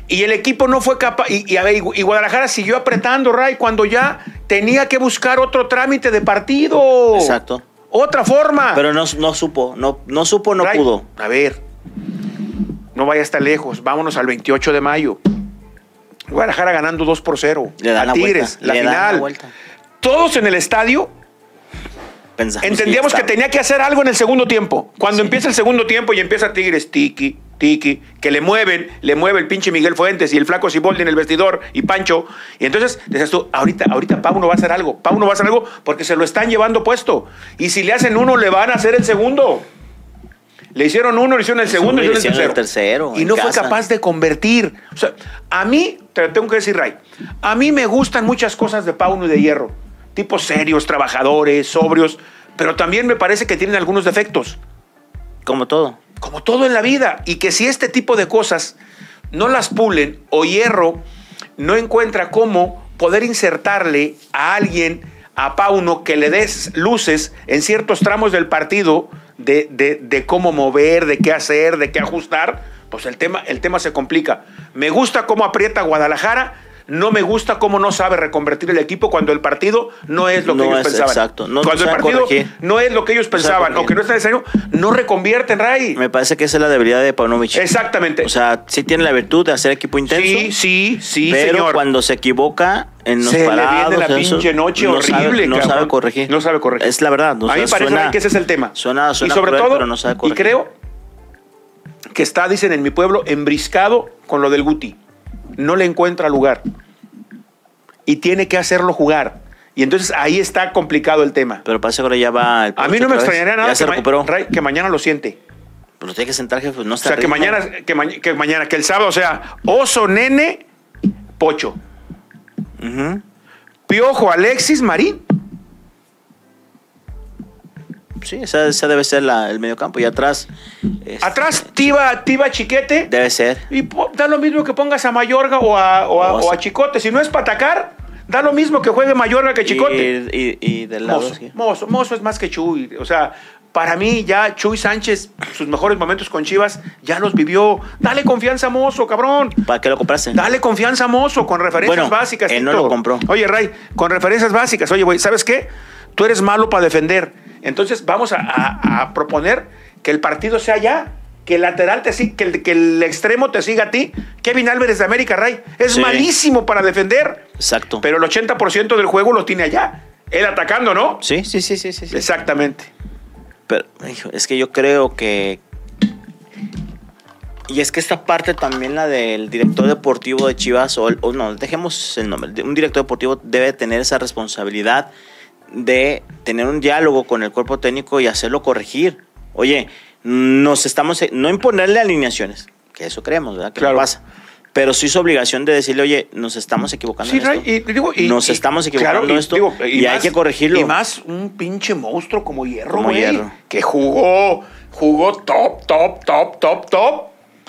Y el equipo no fue capaz. Y, y, a ver, y Gu- y Guadalajara siguió apretando, Ray, cuando ya tenía que buscar otro trámite de partido. Exacto. Otra forma. Pero no, no supo, no, no supo, no Ah. Ray, pudo. A ver, no vaya hasta lejos. Vámonos al 28 de mayo. Guadalajara ganando 2 por 0. Le dan a la Tigres, vuelta. la Le dan la final. vuelta. Todos en el estadio Pensamos entendíamos ya que está. tenía que hacer algo en el segundo tiempo. Cuando Sí. empieza el segundo tiempo y empieza Tigres, tiki, tiki, que le mueven, le mueve el pinche Miguel Fuentes y el flaco Ciboldi en el vestidor y Pancho. Y entonces decías tú, ahorita, ahorita Pauno va a hacer algo, Pauno va a hacer algo porque se lo están llevando puesto. Y si le hacen uno, le van a hacer el segundo. Le hicieron uno, le hicieron el Le segundo, le hicieron hicieron el el tercero. tercero, y en no fue casa. capaz de convertir. O sea, a mí, te lo tengo que decir, Ray, a mí me gustan muchas cosas de Pauno y de Hierro. Tipos serios, trabajadores, sobrios, pero también me parece que tienen algunos defectos, Como todo. como todo en la vida. Y que si este tipo de cosas no las pulen o Hierro no encuentra cómo poder insertarle a alguien, a Pauno, que le des luces en ciertos tramos del partido de, de- de cómo mover, de qué hacer, de qué ajustar, pues el tema, el tema se complica. Me gusta cómo aprieta Guadalajara, no me gusta cómo no sabe reconvertir el equipo cuando el partido no es lo que No ellos es pensaban. exacto, no- no cuando el saben partido corregir. no es lo que ellos No saben pensaban o que corregir. no está necesario, no reconvierten, Ray. Me parece que esa es la debilidad de Paunovic. Exactamente. O sea, sí tiene la virtud de hacer equipo intenso. sí, sí, sí, pero señor. cuando se equivoca en los Se le parados, viene la en eso, pinche noche no horrible, sabe, no cabrón. sabe corregir. No sabe corregir. Es la verdad. o a mí sea, me parece suena- Ray, que ese es el tema. Suena, y suena sobre cruel, todo, pero no sabe y corregir. creo que está, dicen en mi pueblo, embriscado con lo del Guti. No le encuentra lugar. Y tiene que hacerlo jugar. Y entonces ahí está complicado el tema. Pero parece que ahora ya va el A mí no me otra vez. extrañaría nada Ya se que, ma- recuperó. Pues Ray, que mañana lo siente. Pero tiene que sentar, jefe. No O está sea, que ritmo. mañana, que, ma- que mañana, que el sábado sea oso, nene, pocho. Ujú. Piojo, Alexis, Marín. Sí, esa, esa debe ser la, el mediocampo. Y atrás. este, Atrás, Tiba, Tiba Chiquete. Debe ser. Y po- da lo mismo que pongas a Mayorga o a, o a- O a- o a Chicote. Si no es para atacar, da lo mismo que juegue Mayorga que Chicote. Y, y- y del lado. Mozo, sí. mozo, mozo es más que Chuy. O sea, para mí ya Chuy Sánchez, sus mejores momentos con Chivas, ya los vivió. Dale confianza a Mozo, cabrón. ¿Para qué lo compraste? Dale confianza a Mozo con referencias Bueno, básicas. él no Tito. lo compró. Oye, Ray, con referencias básicas. Oye, güey, ¿sabes qué? Tú eres malo para defender. Entonces vamos a, a- a proponer que el partido sea ya. Que el lateral te siga, que el, que el extremo te siga a ti. Kevin Álvarez de América, Ray. Es Sí. malísimo para defender. Exacto. Pero el 80% del juego lo tiene allá. Él atacando, ¿no? sí, sí, sí, sí. sí, sí. Exactamente. Pero, hijo, es que yo creo que Y es que esta parte también, la del director deportivo de Chivas, o, el- o no, dejemos el nombre, un director deportivo debe tener esa responsabilidad de tener un diálogo con el cuerpo técnico y hacerlo corregir. Oye, nos estamos, e, no imponerle alineaciones, que eso creemos, ¿verdad? Que no Claro. pasa. Pero sí es obligación de decirle, oye, nos estamos equivocando. Sí, en esto. Ray, y digo, y- nos y- estamos equivocando claro, en y esto digo, y, hay más- que corregirlo. Y más un pinche monstruo como Hierro, Como güey, Hierro. que jugó, jugó top, top, top, top, top.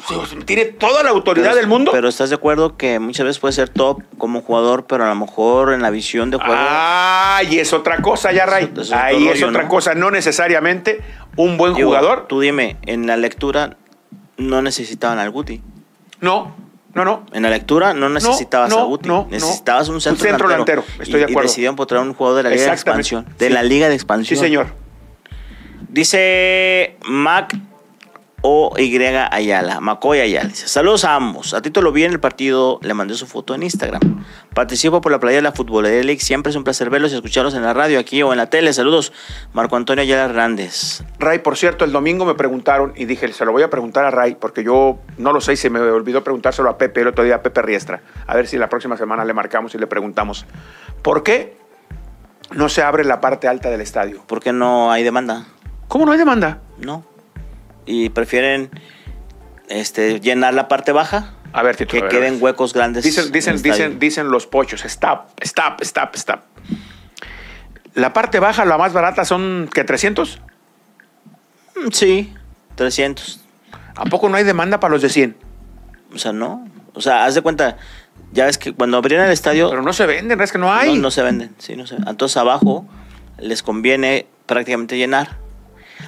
Sí, Tiene toda la autoridad Pero- del mundo. Pero estás de acuerdo que muchas veces puede ser top como jugador, pero a lo mejor en la visión de juego. Ah, y es otra cosa ya, Ray. Eso- eso es otro Ahí es rollo, otra ¿no? cosa. No necesariamente un buen Digo, jugador. Tú dime, en la lectura no necesitaban al Guti. No, no, no. En la lectura no necesitabas no, a Guti. no, no. necesitabas un Un centro, centro delantero, estoy y, de acuerdo. Y decidieron por traer un jugador de la Liga de Exactamente. Expansión. De Sí. la Liga de Sí, Expansión. señor. Dice Mac o Y Ayala, Macoy Ayala. Dice, Saludos a ambos. A Tito lo vi en el partido, le mandé su foto en Instagram. Participo por la playa de la Futbolería League. Siempre es un placer verlos y escucharlos en la radio aquí o en la tele. Saludos, Marco Antonio Ayala Hernández. Ray, por cierto, el domingo me preguntaron y dije, se lo voy a preguntar a Ray, porque yo no lo sé y se me olvidó preguntárselo a Pepe el otro día, a Pepe Riestra. A ver si la próxima semana le marcamos y le preguntamos, ¿por qué no se abre la parte alta del estadio? ¿Por qué no hay demanda? ¿Cómo no hay demanda? No. Y prefieren este, llenar la parte baja, A ver, Ah, Tito. a que ver, a ver. queden huecos grandes. Dicen, en dicen, el estadio. dicen, dicen los pochos, stop, stop, stop, stop. La parte baja, la más barata, son que 300. Mm, Sí, 300. ¿A poco no hay demanda para los de 100? O sea, no. O sea, haz de cuenta, ya ves que cuando abrieron el estadio, Pero no se venden, es que no hay. no, no se venden. Sí, no se Entonces abajo les conviene prácticamente llenar.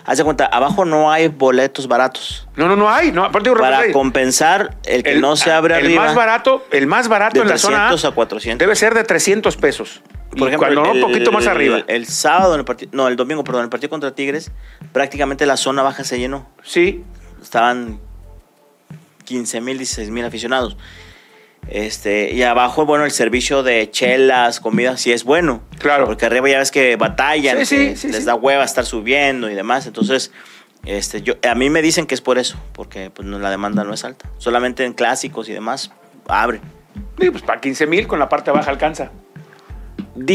Haz de cuenta, abajo no hay boletos baratos. No, no, no hay. No, aparte, digo, Para Ray, compensar el que no se abre el arriba. Más barato, el más barato de en la zona 300 A a 400. debe ser de 300 pesos. Y cuando no, un poquito más arriba. El, sábado, en el partido, no, el domingo, perdón, el partido contra Tigres, prácticamente la zona baja se llenó. sí, estaban 15 mil, 16 mil aficionados. Este, y abajo, bueno, el servicio de chelas, comida, sí es bueno. Claro. Porque arriba ya ves que batallan, Sí, sí, que sí, les sí. da hueva estar subiendo y demás. Entonces, este, yo, a mí me dicen que es por eso, porque pues, no, la demanda no es alta. Solamente en clásicos y demás abre. Y pues para 15 mil con la parte baja alcanza.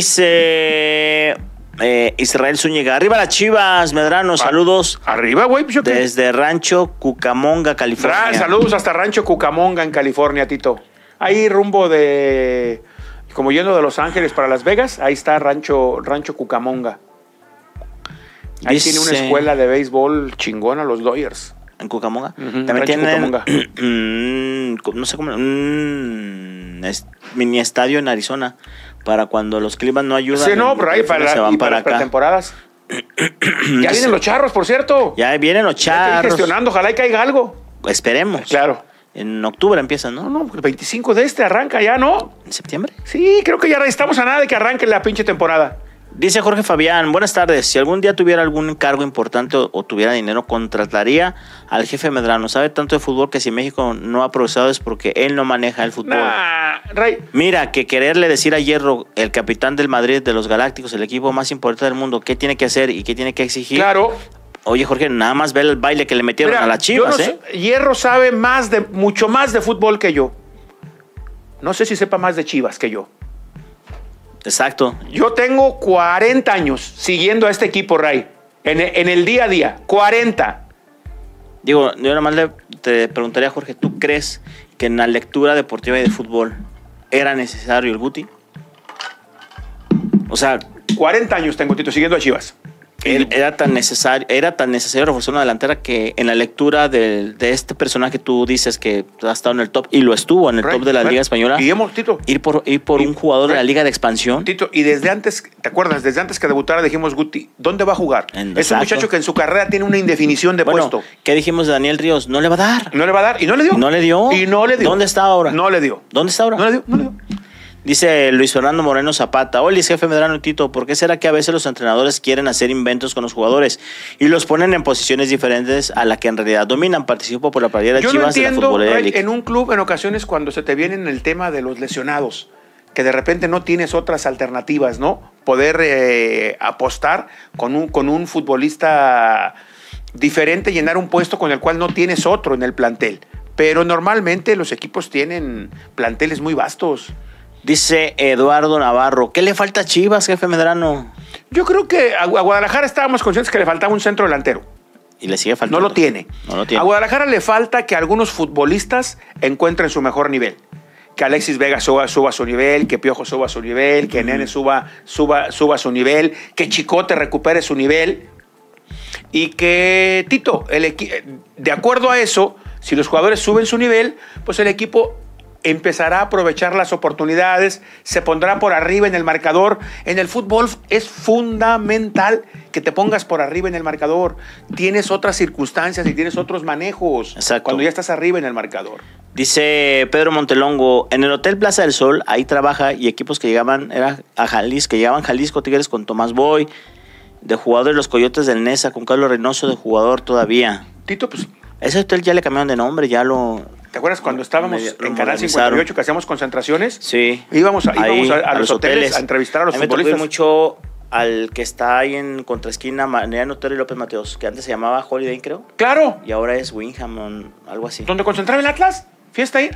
Dice eh, Israel Zúñiga, arriba las chivas, Ah. Medrano, saludos Arriba, güey. pues yo qué- desde Rancho Cucamonga, California. Ra- saludos hasta Rancho Cucamonga en California, Tito. Ahí rumbo de. Como yendo de Los Ángeles para Las Vegas, ahí está Rancho, Rancho Cucamonga. Ahí tiene una Dice- escuela de béisbol chingona, los Dodgers. En Cucamonga. Ujú, También Rancho tienen. Cucamonga. un- no sé cómo. un es- mini estadio en Arizona. Para cuando los climas no ayudan. Sí, no, pero ahí se para, van y para las acá. pretemporadas. ya vienen los charros, por cierto. Ya vienen los Ya hay que ir charros. gestionando, ojalá y caiga algo. Esperemos. Claro. En octubre empiezan, No, ¿no? no, el 25 de este arranca ya, ¿no? En septiembre. Sí, creo que ya estamos a nada de que arranque la pinche temporada. Dice Jorge Fabián, buenas tardes. Si algún día tuviera algún encargo importante o, o tuviera dinero, contrataría al jefe Medrano. Sabe tanto de fútbol que si México no ha progresado es porque él no maneja el fútbol. Nah, Ray, Mira, que quererle decir a Hierro, el capitán del Madrid, de los Galácticos, el equipo más importante del mundo, qué tiene que hacer y qué tiene que exigir. claro. Oye, Jorge, nada más ve el baile que le metieron Mira, a las chivas, yo no ¿eh? sé- Hierro sabe más de, mucho más de fútbol que yo. No sé si sepa más de Chivas que yo. Exacto. Yo tengo 40 años siguiendo a este equipo, Ray. En, e- en el día a día. 40. Digo, yo nada más le te preguntaría, Jorge, ¿tú crees que en la lectura deportiva y de fútbol era necesario el Guti? O sea, 40 años tengo, Tito, siguiendo a Chivas. él- era tan necesario, era tan necesario reforzar una delantera que en la lectura del- de este personaje tú dices que ha estado en el top y lo estuvo en el Ray, top de la Ray, Liga Española. Y hemos, Tito, ir por, ir por Y- un jugador de la liga de expansión. Tito, y desde antes, ¿te acuerdas? Desde antes que debutara dijimos, Guti, ¿dónde va a jugar? En- es un exacto. muchacho que en su carrera tiene una indefinición de Bueno, puesto. ¿qué dijimos de Daniel Ríos? No le va a dar. No le va a dar. Y no le dio. No le dio. Y no le dio. ¿Dónde está ahora? No le dio. ¿Dónde está ahora? No le dio. No le dio. Dice Luis Fernando Moreno Zapata. Hola, jefe Medrano y Tito, ¿por qué será que a veces los entrenadores quieren hacer inventos con los jugadores y los ponen en posiciones diferentes a la que en realidad dominan? Participo por la playera Yo no Chivas de la entiendo futbolera Ray, en un club en ocasiones cuando se te viene el tema de los lesionados, que de repente no tienes otras alternativas, ¿no? Poder eh, apostar con un, con un futbolista diferente, llenar un puesto con el cual no tienes otro en el plantel. Pero normalmente los equipos tienen planteles muy vastos. Dice Eduardo Navarro, ¿qué le falta a Chivas, jefe Medrano? Yo creo que a Gu- a Guadalajara estábamos conscientes que le faltaba un centro delantero. Y le sigue faltando. No lo tiene. No lo tiene. A Guadalajara le falta que algunos futbolistas encuentren su mejor nivel. Que Alexis Vega suba, suba su nivel, que Piojo suba su nivel, que Nene suba, suba, suba su nivel, que Chicote recupere su nivel. Y que Tito, el equi- de acuerdo a eso, si los jugadores suben su nivel, pues el equipo empezará a aprovechar las oportunidades, se pondrá por arriba en el marcador. En el fútbol es fundamental que te pongas por arriba en el marcador. Tienes otras circunstancias y tienes otros manejos Exacto. cuando ya estás arriba en el marcador. Dice Pedro Montelongo, en el Hotel Plaza del Sol, ahí trabaja y equipos que llegaban era a Jalisco, que llegaban Jalisco Tigres con Tomás Boy, de jugador de los Coyotes del Nesa, con Carlos Reynoso de jugador todavía. Tito, pues, Ese hotel ya le cambiaron de nombre, ya lo... ¿te acuerdas cuando estábamos Medio- lo en Canal modernizaron. 58 que hacíamos concentraciones? Sí. Íbamos a- íbamos a- a los hoteles a entrevistar a los mí me tocó ir futbolistas. mucho al que está ahí en contraesquina, Mariano Otero y López Mateos, que antes se llamaba Holiday, creo, Claro, y ahora es Winham, o algo así. donde concentraba el Atlas, fiesta ahí.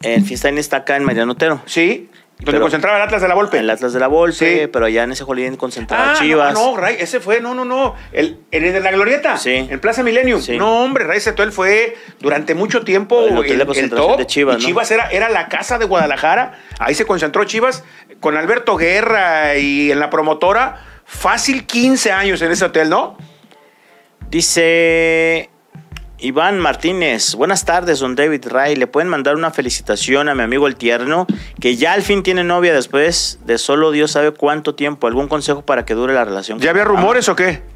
El Fiesta Inn está acá en Mariano Otero. Sí, donde Pero- concentraba el Atlas de la Volpe. El Atlas de la Volpe, Sí. pero allá en ese Holiday Inn concentraba Ah, Chivas. No, no, Ray, ese fue, no, no, no. El, el de la Glorieta. Sí. En Plaza Millennium. Sí. No, hombre, Ray Setuel fue durante mucho tiempo El hotel de concentración de Chivas, y ¿no? Chivas era, era la casa de Guadalajara. Ahí se concentró Chivas con Alberto Guerra y en la promotora. Fácil 15 años en ese hotel, ¿no? Dice Iván Martínez, buenas tardes, don David Ray. ¿Le pueden mandar una felicitación a mi amigo el tierno, que ya al fin tiene novia después de solo Dios sabe cuánto tiempo? ¿Algún consejo para que dure la relación? ¿Ya había rumores o qué? Ah,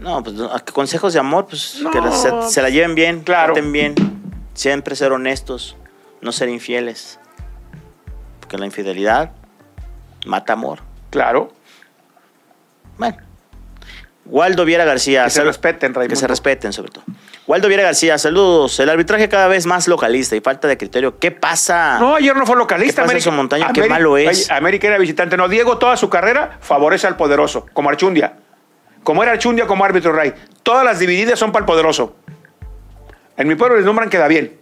No, pues no, ¿a qué consejos de amor, pues No, que la- se, se la lleven bien, claro. traten bien, siempre ser honestos, no ser infieles. Porque la infidelidad mata amor. Claro. Bueno. Waldo Viera García. Que se sal- respeten, Raimundo. Que se respeten, sobre todo. Waldo Viera García, saludos. El arbitraje cada vez más localista y falta de criterio. ¿Qué pasa? No, ayer no fue localista. ¿Qué pasa América- en Montaña? Qué América- malo es. Oye, América era visitante. No, Diego toda su carrera favorece al poderoso, como Archundia. Como era Archundia como árbitro Ray. Todas las divididas son para el poderoso. En mi pueblo les nombran queda bien.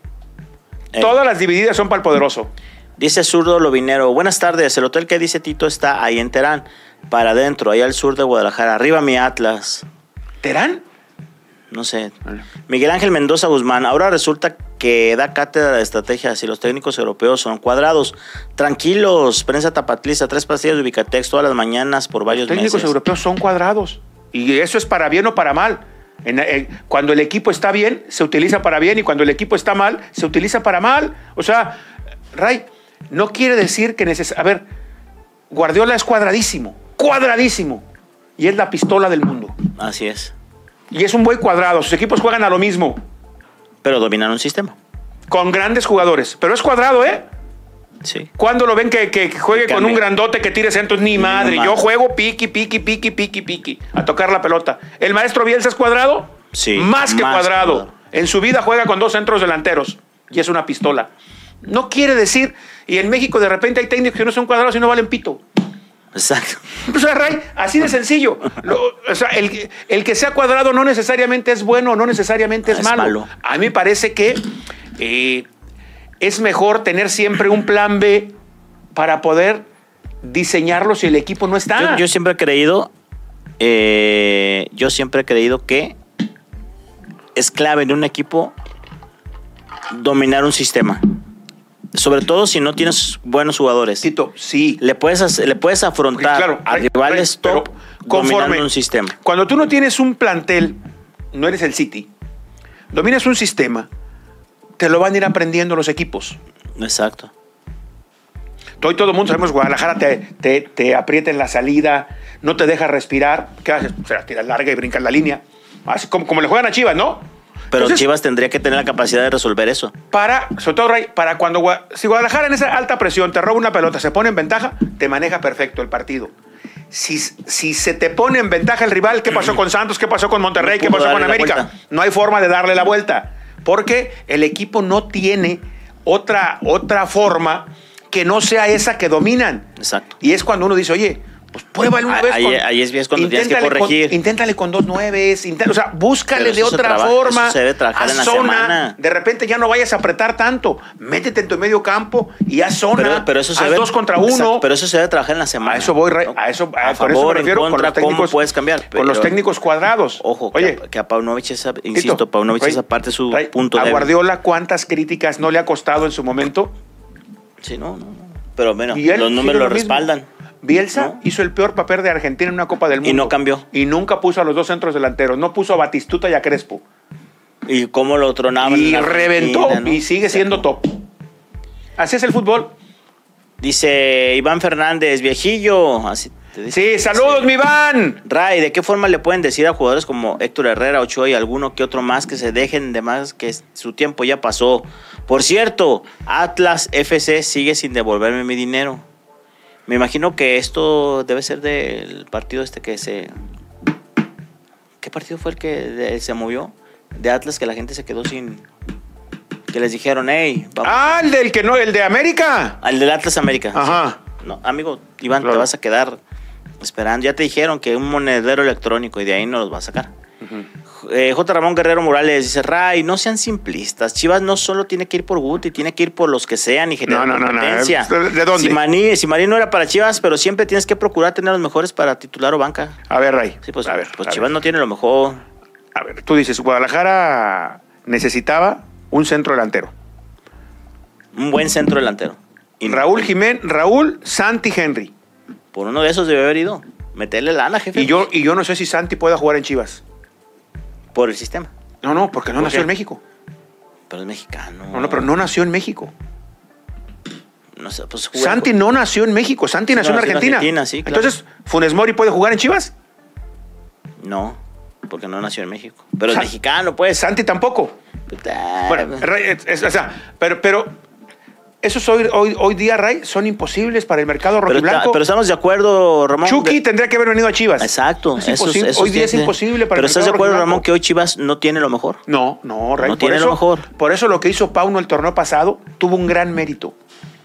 Eh, Todas las divididas son para el poderoso. Dice Zurdo Lobinero. Buenas tardes. El hotel que dice Tito está ahí en Terán. Para adentro, ahí al sur de Guadalajara. Arriba mi Atlas. ¿Terán? No sé. Miguel Ángel Mendoza Guzmán. Ahora resulta que da cátedra de estrategias y los técnicos europeos son cuadrados. Tranquilos. Prensa tapatliza. Tres pastillas de Ubicatex todas las mañanas por varios técnicos meses. europeos son cuadrados. Y eso es para bien o para mal. En- en- cuando el equipo está bien, se utiliza para bien. Y cuando el equipo está mal, se utiliza para mal. O sea, Ray, no quiere decir que neces A ver, Guardiola es cuadradísimo. Cuadradísimo. Y es la pistola del mundo. Así es. Y es un buen cuadrado. Sus equipos juegan a lo mismo. Pero dominar un sistema. Con grandes jugadores. Pero es cuadrado, ¿eh? Sí. Cuando lo ven que, que juegue Que con un cambie. grandote que tire centros? Ni madre. madre. Yo juego piqui, piqui, piqui, piqui, piqui. A tocar la pelota. ¿El maestro Bielsa es cuadrado? Sí, Más que más cuadrado. cuadrado. En su vida juega con dos centros delanteros. Y es una pistola. No quiere decir. Y en México de repente hay técnicos que no son cuadrados y no valen pito. Exacto. O sea, Ray, Pues, así de sencillo. Lo- o sea, el, que- el que sea cuadrado no necesariamente es bueno, no necesariamente es, Es malo. malo. A mí me parece que eh, es mejor tener siempre un plan B para poder diseñarlo si el equipo no está. Yo, yo siempre he creído. eh, yo siempre he creído que es clave en un equipo dominar un sistema. Sobre todo si no tienes buenos jugadores. Tito, sí. Le puedes, hacer- le puedes Porque, afrontar claro, a Ray, rivales Ray, top pero dominando un sistema. Cuando tú no tienes un plantel, no eres el City, dominas un sistema, te lo van a ir aprendiendo los equipos. Exacto. Hoy todo el mundo sabemos, Guadalajara te, te, te aprieta en la salida, no te deja respirar. ¿Qué haces? Se la tiras larga y brincas la línea. Así como, como le juegan a Chivas, ¿no? Pero Entonces, Chivas tendría que tener la capacidad de resolver eso. Para, sobre todo, Ray, para cuando. Gua- Si Guadalajara en esa alta presión te roba una pelota, se pone en ventaja, te maneja perfecto el partido. Si, si se te pone en ventaja el rival, ¿qué pasó con Santos? ¿Qué pasó con Monterrey? No ¿Qué pudo pasó con darle la América? vuelta. No hay forma de darle la vuelta. Porque el equipo no tiene otra, otra forma que no sea esa que dominan. Exacto. Y es cuando uno dice, oye, Pues pruébalo una Ah, vez. ahí- ahí es- es cuando tienes que Inténtale con- corregir. inténtale con dos nueves. inté- o sea, búscale Pero de eso se otra trabaja- forma. eso se debe trabajar haz en la zona, semana. De repente ya no vayas a apretar tanto. Métete en tu medio campo y haz zona. Pero, pero eso se haz debe- dos contra Exacto, uno. pero eso se debe trabajar en la semana. a eso voy, Ray, ¿no? a eso, a, por a, eso me favor, refiero en con contra, los técnicos. ¿cómo puedes cambiar? con los Pero- técnicos cuadrados. Ojo, que Oye, a- que a Paunovic, esa, insisto, Tito, Paunovic Ray, esa parte es su Ray, punto A débil. Guardiola, ¿cuántas críticas no le ha costado en su momento? Sí, no, no, no. Pero bueno, Y él los números sigue lo lo mismo. respaldan. Bielsa ¿No? hizo el peor papel de Argentina en una Copa del Y Mundo. no cambió. Y nunca puso a los dos centros delanteros. No puso a Batistuta y a Crespo. Y cómo lo tronaban. en y la Argentina, reventó. ¿no? Y sigue siendo top. Así es el fútbol. Dice Iván Fernández, viejillo. Así te dice. Sí, saludos, mi Van. Ray, ¿de qué forma le pueden decir a jugadores como Héctor Herrera, Ochoa y alguno que otro más que se dejen de más que su tiempo ya pasó? Por cierto, Atlas FC sigue sin devolverme mi dinero. Me imagino que esto debe ser del partido este que se... ¿Qué partido fue el que de- se movió? De Atlas que la gente se quedó sin... Que les dijeron, hey, vamos. Ah, el del que no, el de América. Al del Atlas América. Ajá. No, amigo, Iván, te Claro. vas a quedar esperando. Ya te dijeron que un monedero electrónico y de ahí no los vas a sacar. Eh, J. Ramón Guerrero Morales dice, Ray, no sean simplistas. Chivas no solo tiene que ir por Guti, tiene que ir por los que sean y generar no, no, no. eh, competencia. ¿De- de dónde? Si Maní, si Maní no era para Chivas, pero siempre tienes que procurar tener los mejores para titular o banca. A ver, Ray. Sí, pues, a ver, pues a Chivas ver. no tiene lo mejor. A ver, tú dices, Guadalajara necesitaba un centro delantero. Un buen centro delantero. Y no. Raúl Jiménez, Raúl, Santi Henry. Por uno de esos debe haber ido. Meterle lana, jefe. Y yo, y yo no sé si Santi pueda jugar en Chivas. Por el sistema. No, no, porque no ¿Por nació qué? en México. Pero es mexicano. No, no, pero no nació en México. No sé, pues, juega- Santi no nació en México, Santi Sí, nació en nació en Argentina. Argentina, sí, claro. Entonces, ¿Funes Mori puede jugar en Chivas? No, porque no nació en México. Pero Sa- es mexicano, pues. Santi tampoco. Ah, Bueno, Ray, es- es- o sea, pero, pero esos hoy, hoy, hoy día, Ray, son imposibles para el mercado pero, está- rojiblanco. pero estamos de acuerdo, Ramón. Chucky de- tendría que haber venido a Chivas. Exacto. Es eso- imposible. eso hoy día es tiene- imposible para Pero el estás mercado de acuerdo, rojiblanco. Ramón, que hoy Chivas no tiene lo mejor. No, no, Ray. No por tiene eso, lo mejor. Por eso lo que hizo Pauno el torneo pasado tuvo un gran mérito.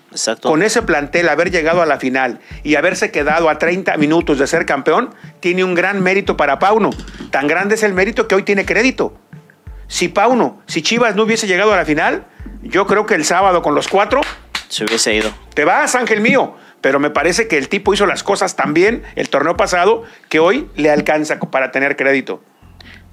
Exacto. Con ese plantel, haber llegado a la final y haberse quedado a 30 minutos de ser campeón, tiene un gran mérito para Pauno. Tan grande es el mérito que hoy tiene crédito. Si Pauno, si Chivas no hubiese llegado a la final, yo creo que el sábado con los cuatro, Se hubiese ido. te vas, Ángel mío. Pero me parece que el tipo hizo las cosas tan bien el torneo pasado que hoy le alcanza para tener crédito.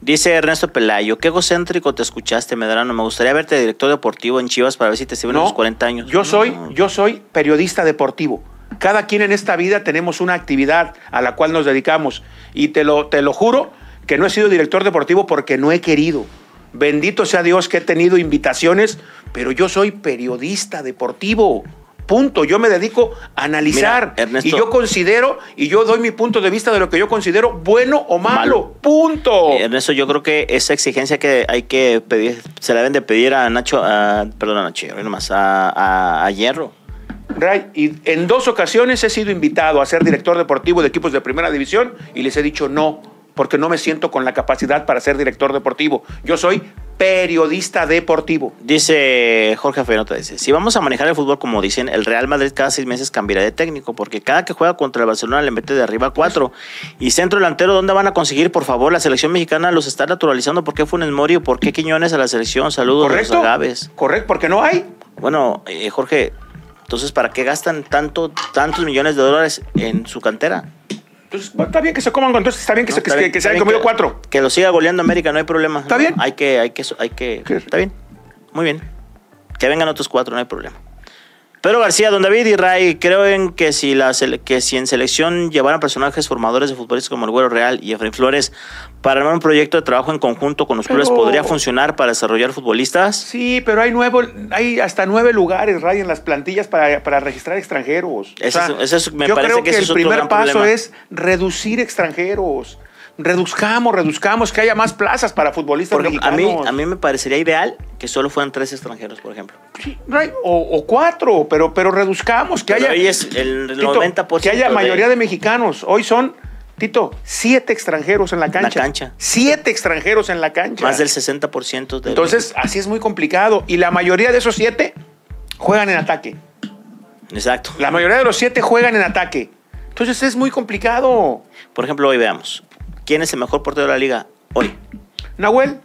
Dice Ernesto Pelayo, qué egocéntrico te escuchaste, Medrano. Me gustaría verte de director deportivo en Chivas para ver si te sirven los 40 años. Yo No, soy, no. yo soy periodista deportivo. Cada quien en esta vida tenemos una actividad a la cual nos dedicamos. Y te lo, te lo juro que no he sido director deportivo porque no he querido. Bendito sea Dios que he tenido invitaciones, pero yo soy periodista deportivo. Punto. Yo me dedico a analizar. Mira, Ernesto. y yo considero, y yo doy mi punto de vista de lo que yo considero bueno o malo. Malo. Punto. Eh, Ernesto, yo creo que esa exigencia que hay que pedir, se la deben de pedir a Nacho, a- perdón, a Nacho, hoy nomás, a- a- a Hierro. Ray, y en dos ocasiones he sido invitado a ser director deportivo de equipos de primera división y les he dicho no, porque no me siento con la capacidad para ser director deportivo. Yo soy periodista deportivo. Dice Jorge Fenota, dice, si vamos a manejar el fútbol como dicen, el Real Madrid cada seis meses cambiará de técnico, porque cada que juega contra el Barcelona le mete de arriba cuatro. Y centro delantero, ¿dónde van a conseguir? Por favor, la selección mexicana los está naturalizando. ¿Por qué Funes Mori o por qué Quiñones a la selección? Saludos, los ¿Correcto? agaves. Correcto, porque no hay. Bueno, eh, Jorge, entonces, ¿para qué gastan tanto, tantos millones de dólares en su cantera? Entonces, bueno, está bien que se coman, entonces está bien que, ¿No? se, Está que- bien, que se está hayan bien comido que- cuatro. Que lo siga goleando América, no hay problema. Está ¿no? bien. Hay que, hay que, hay que. ¿Qué? Está bien. Muy bien. Que vengan otros cuatro, no hay problema. Pero García, Don David y Ray, creo en que si, la sele- que si en selección llevaran personajes formadores de futbolistas como el Güero Real y Efraín Flores para armar un proyecto de trabajo en conjunto con los Pero- clubes, ¿podría funcionar para desarrollar futbolistas? Sí, pero hay nuevo, hay hasta nueve lugares, Ray, en las plantillas para, para registrar extranjeros. Ese es- ese es- me yo parece creo que que, ese el es otro primer gran paso problema. es reducir extranjeros. Reduzcamos, reduzcamos, que haya más plazas para futbolistas Por ejemplo, a mí, mexicanos. a mí me parecería ideal que solo fueran tres extranjeros, por ejemplo. Sí, Ray, o, o cuatro, pero, pero reduzcamos, que Pero haya, ahí es el Tito, 90%. que haya de- mayoría de mexicanos. Hoy son, Tito, siete extranjeros en la cancha. cancha. Siete extranjeros en la cancha. Más del 60% de. Entonces, así es muy complicado. Y la mayoría de esos siete juegan en ataque. Exacto. La mayoría de los siete juegan en ataque. Entonces es muy complicado. Por ejemplo, hoy veamos. ¿Quién es el mejor portero de la liga hoy? Nahuel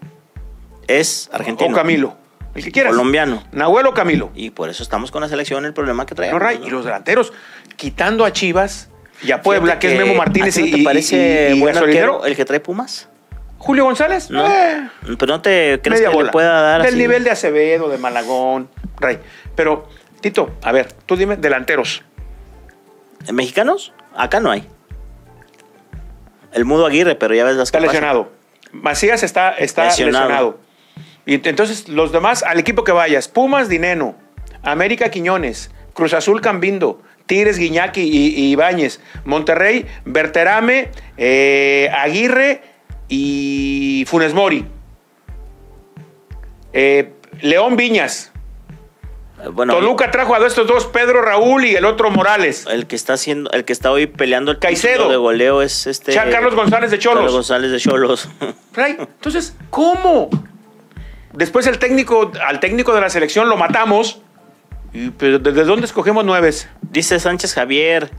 Es argentino. o Camilo. El que quieras. Colombiano. Eh, Nahuel o Camilo. Y por eso estamos con la selección, el problema que No, traemos. Ray, ¿no? y los delanteros, quitando a Chivas y a Puebla, Fíjate que, es Memo Martínez ¿a ti y, no te y- parece y- y buen Gasolinero. arquero el que trae Pumas? Julio González, No. eh, Pero no te crees media que bola. le pueda dar Del así? nivel de Acevedo, de Malagón, Ray. Pero, Tito, a ver, tú dime, delanteros. ¿Mexicanos? Acá no hay. El mudo Aguirre, pero ya ves las Está que pasan. lesionado. Macías está, está lesionado. Lesionado. Y ent- entonces, los demás, al equipo que vayas, Pumas, Dineno, América Quiñones, Cruz Azul Cambindo, Tigres Guiñaki y, y Ibáñez, Monterrey, Berterame, eh, Aguirre y Funes Mori. Eh, León Viñas. Eh, Bueno, Toluca trajo a estos dos, Pedro Raúl y el otro Morales. El que está haciendo, el que está hoy peleando el título Caicedo. de goleo es este. Chan Carlos González de Cholos. Carlos González de Cholos. Ray, entonces, ¿cómo? Después el técnico, al técnico de la selección lo matamos. ¿Y pero desde dónde escogemos nueves? Dice Sánchez Javier.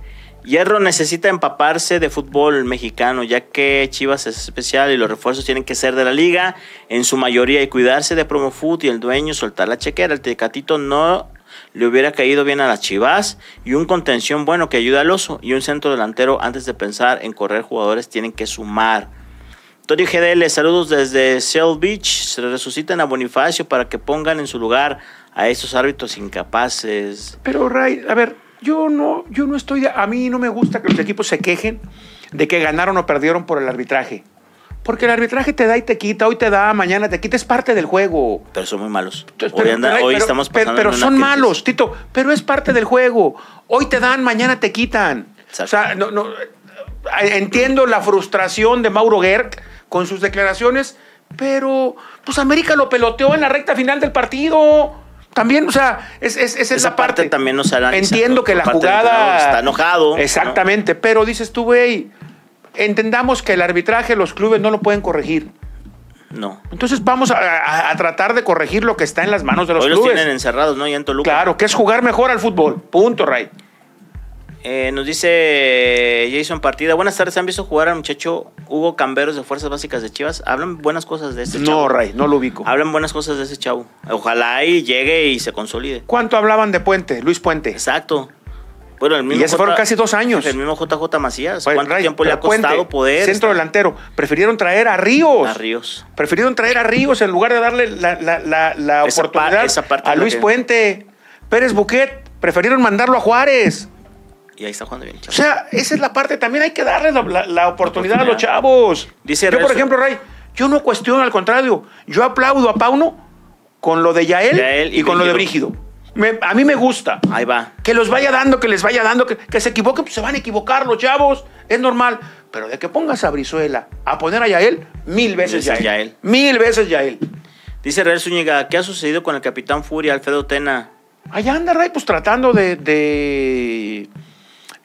Hierro necesita empaparse de fútbol mexicano, ya que Chivas es especial y los refuerzos tienen que ser de la liga en su mayoría y cuidarse de Promofut y el dueño soltar la chequera. El Tecatito no le hubiera caído bien a las Chivas y un contención bueno que ayuda al oso y un centro delantero antes de pensar en correr jugadores tienen que sumar. Tony GDL, saludos desde Seal Beach. Se resucitan a Bonifacio para que pongan en su lugar a esos árbitros incapaces. Pero Ray, a ver, yo no, yo no estoy, de- a mí no me gusta que los equipos se quejen de que ganaron o perdieron por el arbitraje. Porque el arbitraje te da y te quita, hoy te da, mañana te quita, es parte del juego. Pero son muy malos. Entonces, hoy anda- Ray, hoy pero- estamos pero- pasando pero en una son crisis. malos, Tito, pero es parte del juego. Hoy te dan, mañana te quitan. Exacto. O sea, no, no, eh, entiendo la frustración de Mauro Gerg con sus declaraciones, pero pues América lo peloteó en la recta final del partido. También, o sea, es, es- esa es Esa la parte. parte también no se analiza, Entiendo ¿no? que Por la parte del jugada. entrenador está enojado, Exactamente, pero dices tú, güey, entendamos que el arbitraje, los clubes no lo pueden corregir. No. Entonces vamos a, a- a tratar de corregir lo que está en las manos de los hoy los clubes. tienen encerrados, ¿no? Ya en Toluca. Claro, que es jugar mejor al fútbol. Punto, Ray. Eh, nos dice Jason Partida. Buenas tardes. ¿Han visto jugar al muchacho Hugo Camberos de Fuerzas Básicas de Chivas? Hablan buenas cosas de este No, chavo. Ray, no lo ubico. Hablan buenas cosas de ese chavo. Ojalá y llegue y se consolide. ¿Cuánto hablaban de Puente, Luis Puente? Exacto. Bueno, el mismo. ya se fueron casi dos años. El mismo JJ Macías. Oye, ¿Cuánto Pues, Ray, tiempo le pero ha costado Puente, poder? Centro estar delantero. Prefirieron traer a Ríos. a Ríos. Prefirieron traer a Ríos en lugar de darle la, la- la- la Esa par- oportunidad esa parte a es la Luis que- Puente. Pérez Buquet, prefirieron mandarlo a Juárez. Y ahí está jugando bien, O chavo. sea, esa es la parte. También hay que darle la, la- la oportunidad a los Oportunidad. chavos. Dice yo, por Renzo- ejemplo, Ray, yo no cuestiono, al contrario. Yo aplaudo a Pauno con lo de Yael, Yael y, y con lo de Brígido. Brígido. Me- a mí me gusta. Ahí va. Que los vaya dando, que les vaya dando, que, que se equivoquen, pues se van a equivocar los chavos. Es normal. Pero de que pongas a Brizuela a poner a Yael, mil veces Veces Yael. Yael. Mil veces Yael. Dice Real Zúñiga, ¿qué ha sucedido con el Capitán Furia, Alfredo Tena? Allá anda Ray, pues tratando de, de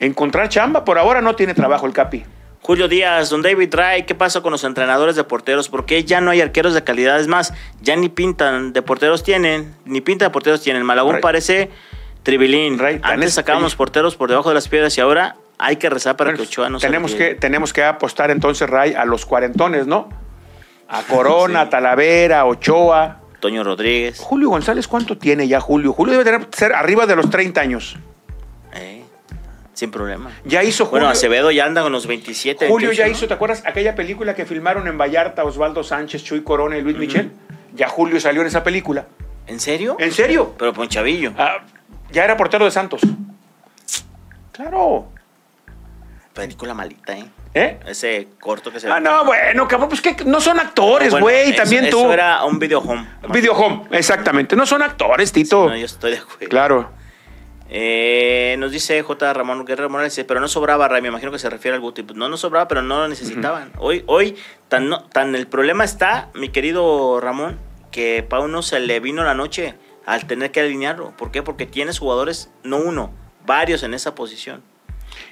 encontrar chamba. Por ahora no tiene trabajo el Capi. Julio Díaz, Don David Ray, ¿qué pasa con los entrenadores de porteros? ¿Por qué ya no hay arqueros de calidad? Es más, ya ni pintan de porteros tienen, ni pinta de porteros tienen. Malagón Ray. parece tribilín. Ray, tan Antes es- sacábamos oye. porteros por debajo de las piedras y ahora hay que rezar para Bueno, que Ochoa no se tenemos que retire. Tenemos que apostar entonces, Ray, a los cuarentones, ¿no? A Corona, Sí. Talavera, Ochoa. Toño Rodríguez. Julio González, ¿cuánto tiene ya Julio? Julio debe tener, ser arriba de los 30 años. eh, sin problema. Ya hizo Julio. Bueno, Acevedo ya anda con los 27. Julio ya 28, ¿no? hizo, ¿te acuerdas? Aquella película que filmaron en Vallarta, Osvaldo Sánchez, Chuy Corona y Luis Michel. Ya Julio salió en esa película. ¿En serio? ¿En serio? Pero Ponchavillo. Ah, ya era portero de Santos. Claro. Película malita, ¿eh? ¿Eh? Ese corto que se Ah, no, bueno, cabrón, pues que no son actores, Ah, Bueno, Pues, güey. eso- también tú. Eso era un video home. Video Home, exactamente. No son actores, Tito. No, yo estoy de acuerdo. Oh. Claro. Eh, nos dice J. Ramón Guerrero Morales, dice, pero no sobraba, Ray, me imagino que se refiere al Guti. Pues no, no sobraba, pero no lo necesitaban. Hoy, hoy tan, no- tan el problema está, mi querido Ramón, que Pauno se le vino la noche al tener que alinearlo. ¿Por qué? Porque tienes jugadores, no uno, varios en esa posición.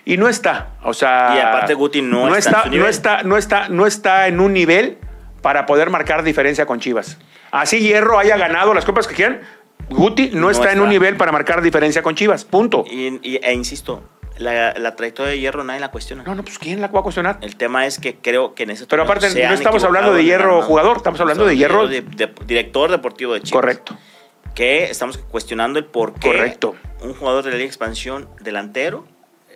Y no está, o sea, Y aparte Guti no está en su nivel. no está, no está, no está en un nivel para poder marcar diferencia con Chivas. Así Hierro haya ganado las copas que quieran, Guti no, No está, en un está. nivel para marcar diferencia con Chivas. Punto. Y, y- e insisto, la, la trayectoria de hierro nadie la cuestiona. No, no, pues ¿quién la va a cuestionar? El tema es que creo que en ese Pero torneo aparte, se no han estamos hablando equivocado de en hierro ganar, ¿no? jugador, estamos hablando de hierro- de- de- director deportivo de Chivas. Correcto. Que estamos cuestionando el por qué Correcto. un jugador de la Liga de Expansión delantero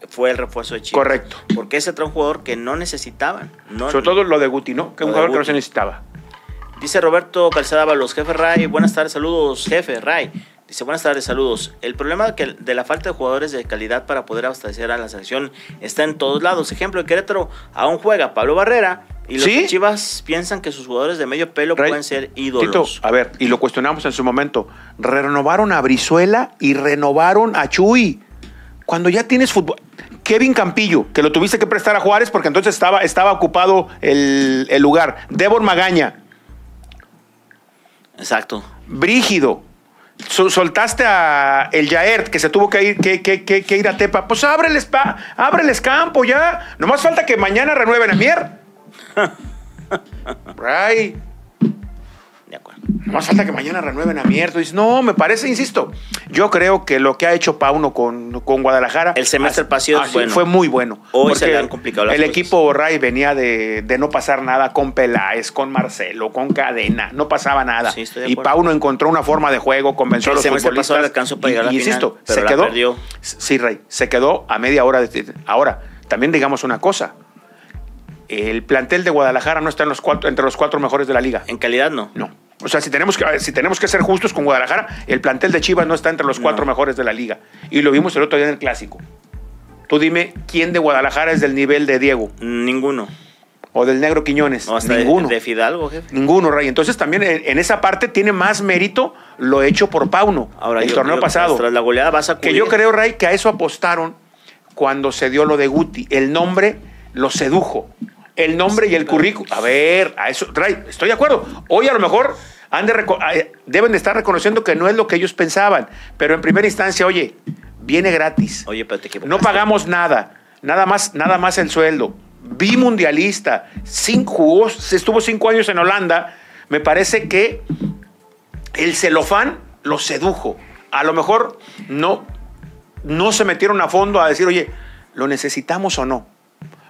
fue el refuerzo de Chivas. Correcto. Porque ese trae un jugador que no necesitaban. No, Sobre todo lo de Guti, ¿no? Que es un Lo de jugador que no Guti. se necesitaba. Dice Roberto Calzada los jefe Ray, buenas tardes, saludos, jefe Ray. Dice, buenas tardes, saludos. El problema que- de la falta de jugadores de calidad para poder abastecer a la selección está en todos lados. Ejemplo, en Querétaro aún juega Pablo Barrera y los ¿Sí? de Chivas piensan que sus jugadores de medio pelo Ray- pueden ser Tito, ídolos. a ver, y lo cuestionamos en su momento. Renovaron a Brizuela y renovaron a Chuy. Cuando ya tienes fútbol. Kevin Campillo, que lo tuviste que prestar a Juárez porque entonces estaba, estaba ocupado el, el lugar. Devon Magaña, Exacto. Brígido. Sol- soltaste a el Yaert, que se tuvo que ir, que, que- que- que ir a Tepa. Pues ábreles, pa- ábreles campo ya. Nomás falta que mañana renueven a Mier. Right. De acuerdo. Nomás falta que mañana renueven a mierda. Dices, no, me parece, insisto. Yo creo que lo que ha hecho Pauno con, con Guadalajara. El semestre así- pasado es así bueno. fue muy bueno. Hoy se Porque le han complicado las El cosas. equipo Ray venía de, de no pasar nada con Peláez, con Marcelo, con Cadena. No pasaba nada. Sí, estoy de y acuerdo. Pauno encontró una forma de juego, convenció a El los semestre futbolistas. pasado le alcanzó para Y- llegar a la y insisto, final, pero se la quedó. perdió. Sí, Rey, se quedó a media hora. de- ahora, también digamos una cosa. El plantel de Guadalajara no está en los cuatro- entre los cuatro mejores de la liga. En calidad no. No. O sea, si tenemos, que, si tenemos que ser justos con Guadalajara, el plantel de Chivas no está entre los cuatro No. mejores de la liga. Y lo vimos el otro día en el clásico. Tú dime quién de Guadalajara es del nivel de Diego Ninguno. o del Negro Quiñones. No, hasta de- Ninguno. De, Fidalgo, jefe. Ninguno, Ray. Entonces también en, en esa parte tiene más mérito lo hecho por Pauno el torneo yo creo que pasado. Tras la goleada vas a Que yo creo, Ray, que a eso apostaron cuando se dio lo de Guti. El nombre lo sedujo. El nombre y el currículum. A ver, a eso, Ray, estoy de acuerdo. Hoy a lo mejor han de reco- eh, deben de estar reconociendo que no es lo que ellos pensaban. Pero en primera instancia, oye, viene gratis. Oye, pero te equivocaste. No pagamos nada, nada más, nada más el sueldo. Bimundialista, cinco, jugó, estuvo cinco años en Holanda. Me parece que el celofán lo sedujo. A lo mejor no, no se metieron a fondo a decir, oye, ¿lo necesitamos o no?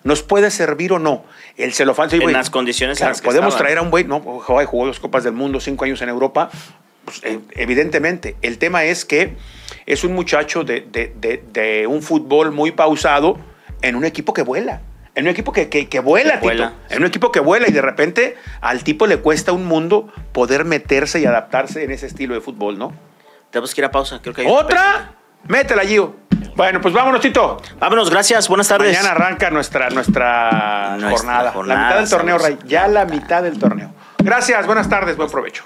¿Nos puede servir o no? El celofán. sí, En güey, las condiciones en claro, las que Podemos estaban. traer a un güey, no, Hawái jugó dos Copas del Mundo, cinco años en Europa. Pues, eh, evidentemente, el tema es que es un muchacho de, de- de- de un fútbol muy pausado en un equipo que vuela. En un equipo que, que- que vuela, Que vuela, Tito. En un equipo que vuela y de repente al tipo le cuesta un mundo poder meterse y adaptarse en ese estilo de fútbol, ¿no? Tenemos que ir a pausa. Creo que hay- ¿Otra? Métela, Gio. Bueno, pues vámonos, Tito. Vámonos, gracias. Buenas tardes. Mañana arranca nuestra, nuestra, Nuestra jornada. jornada, La mitad del torneo, sabroso. Ray. Ya la mitad del torneo. Gracias, buenas tardes, buen provecho.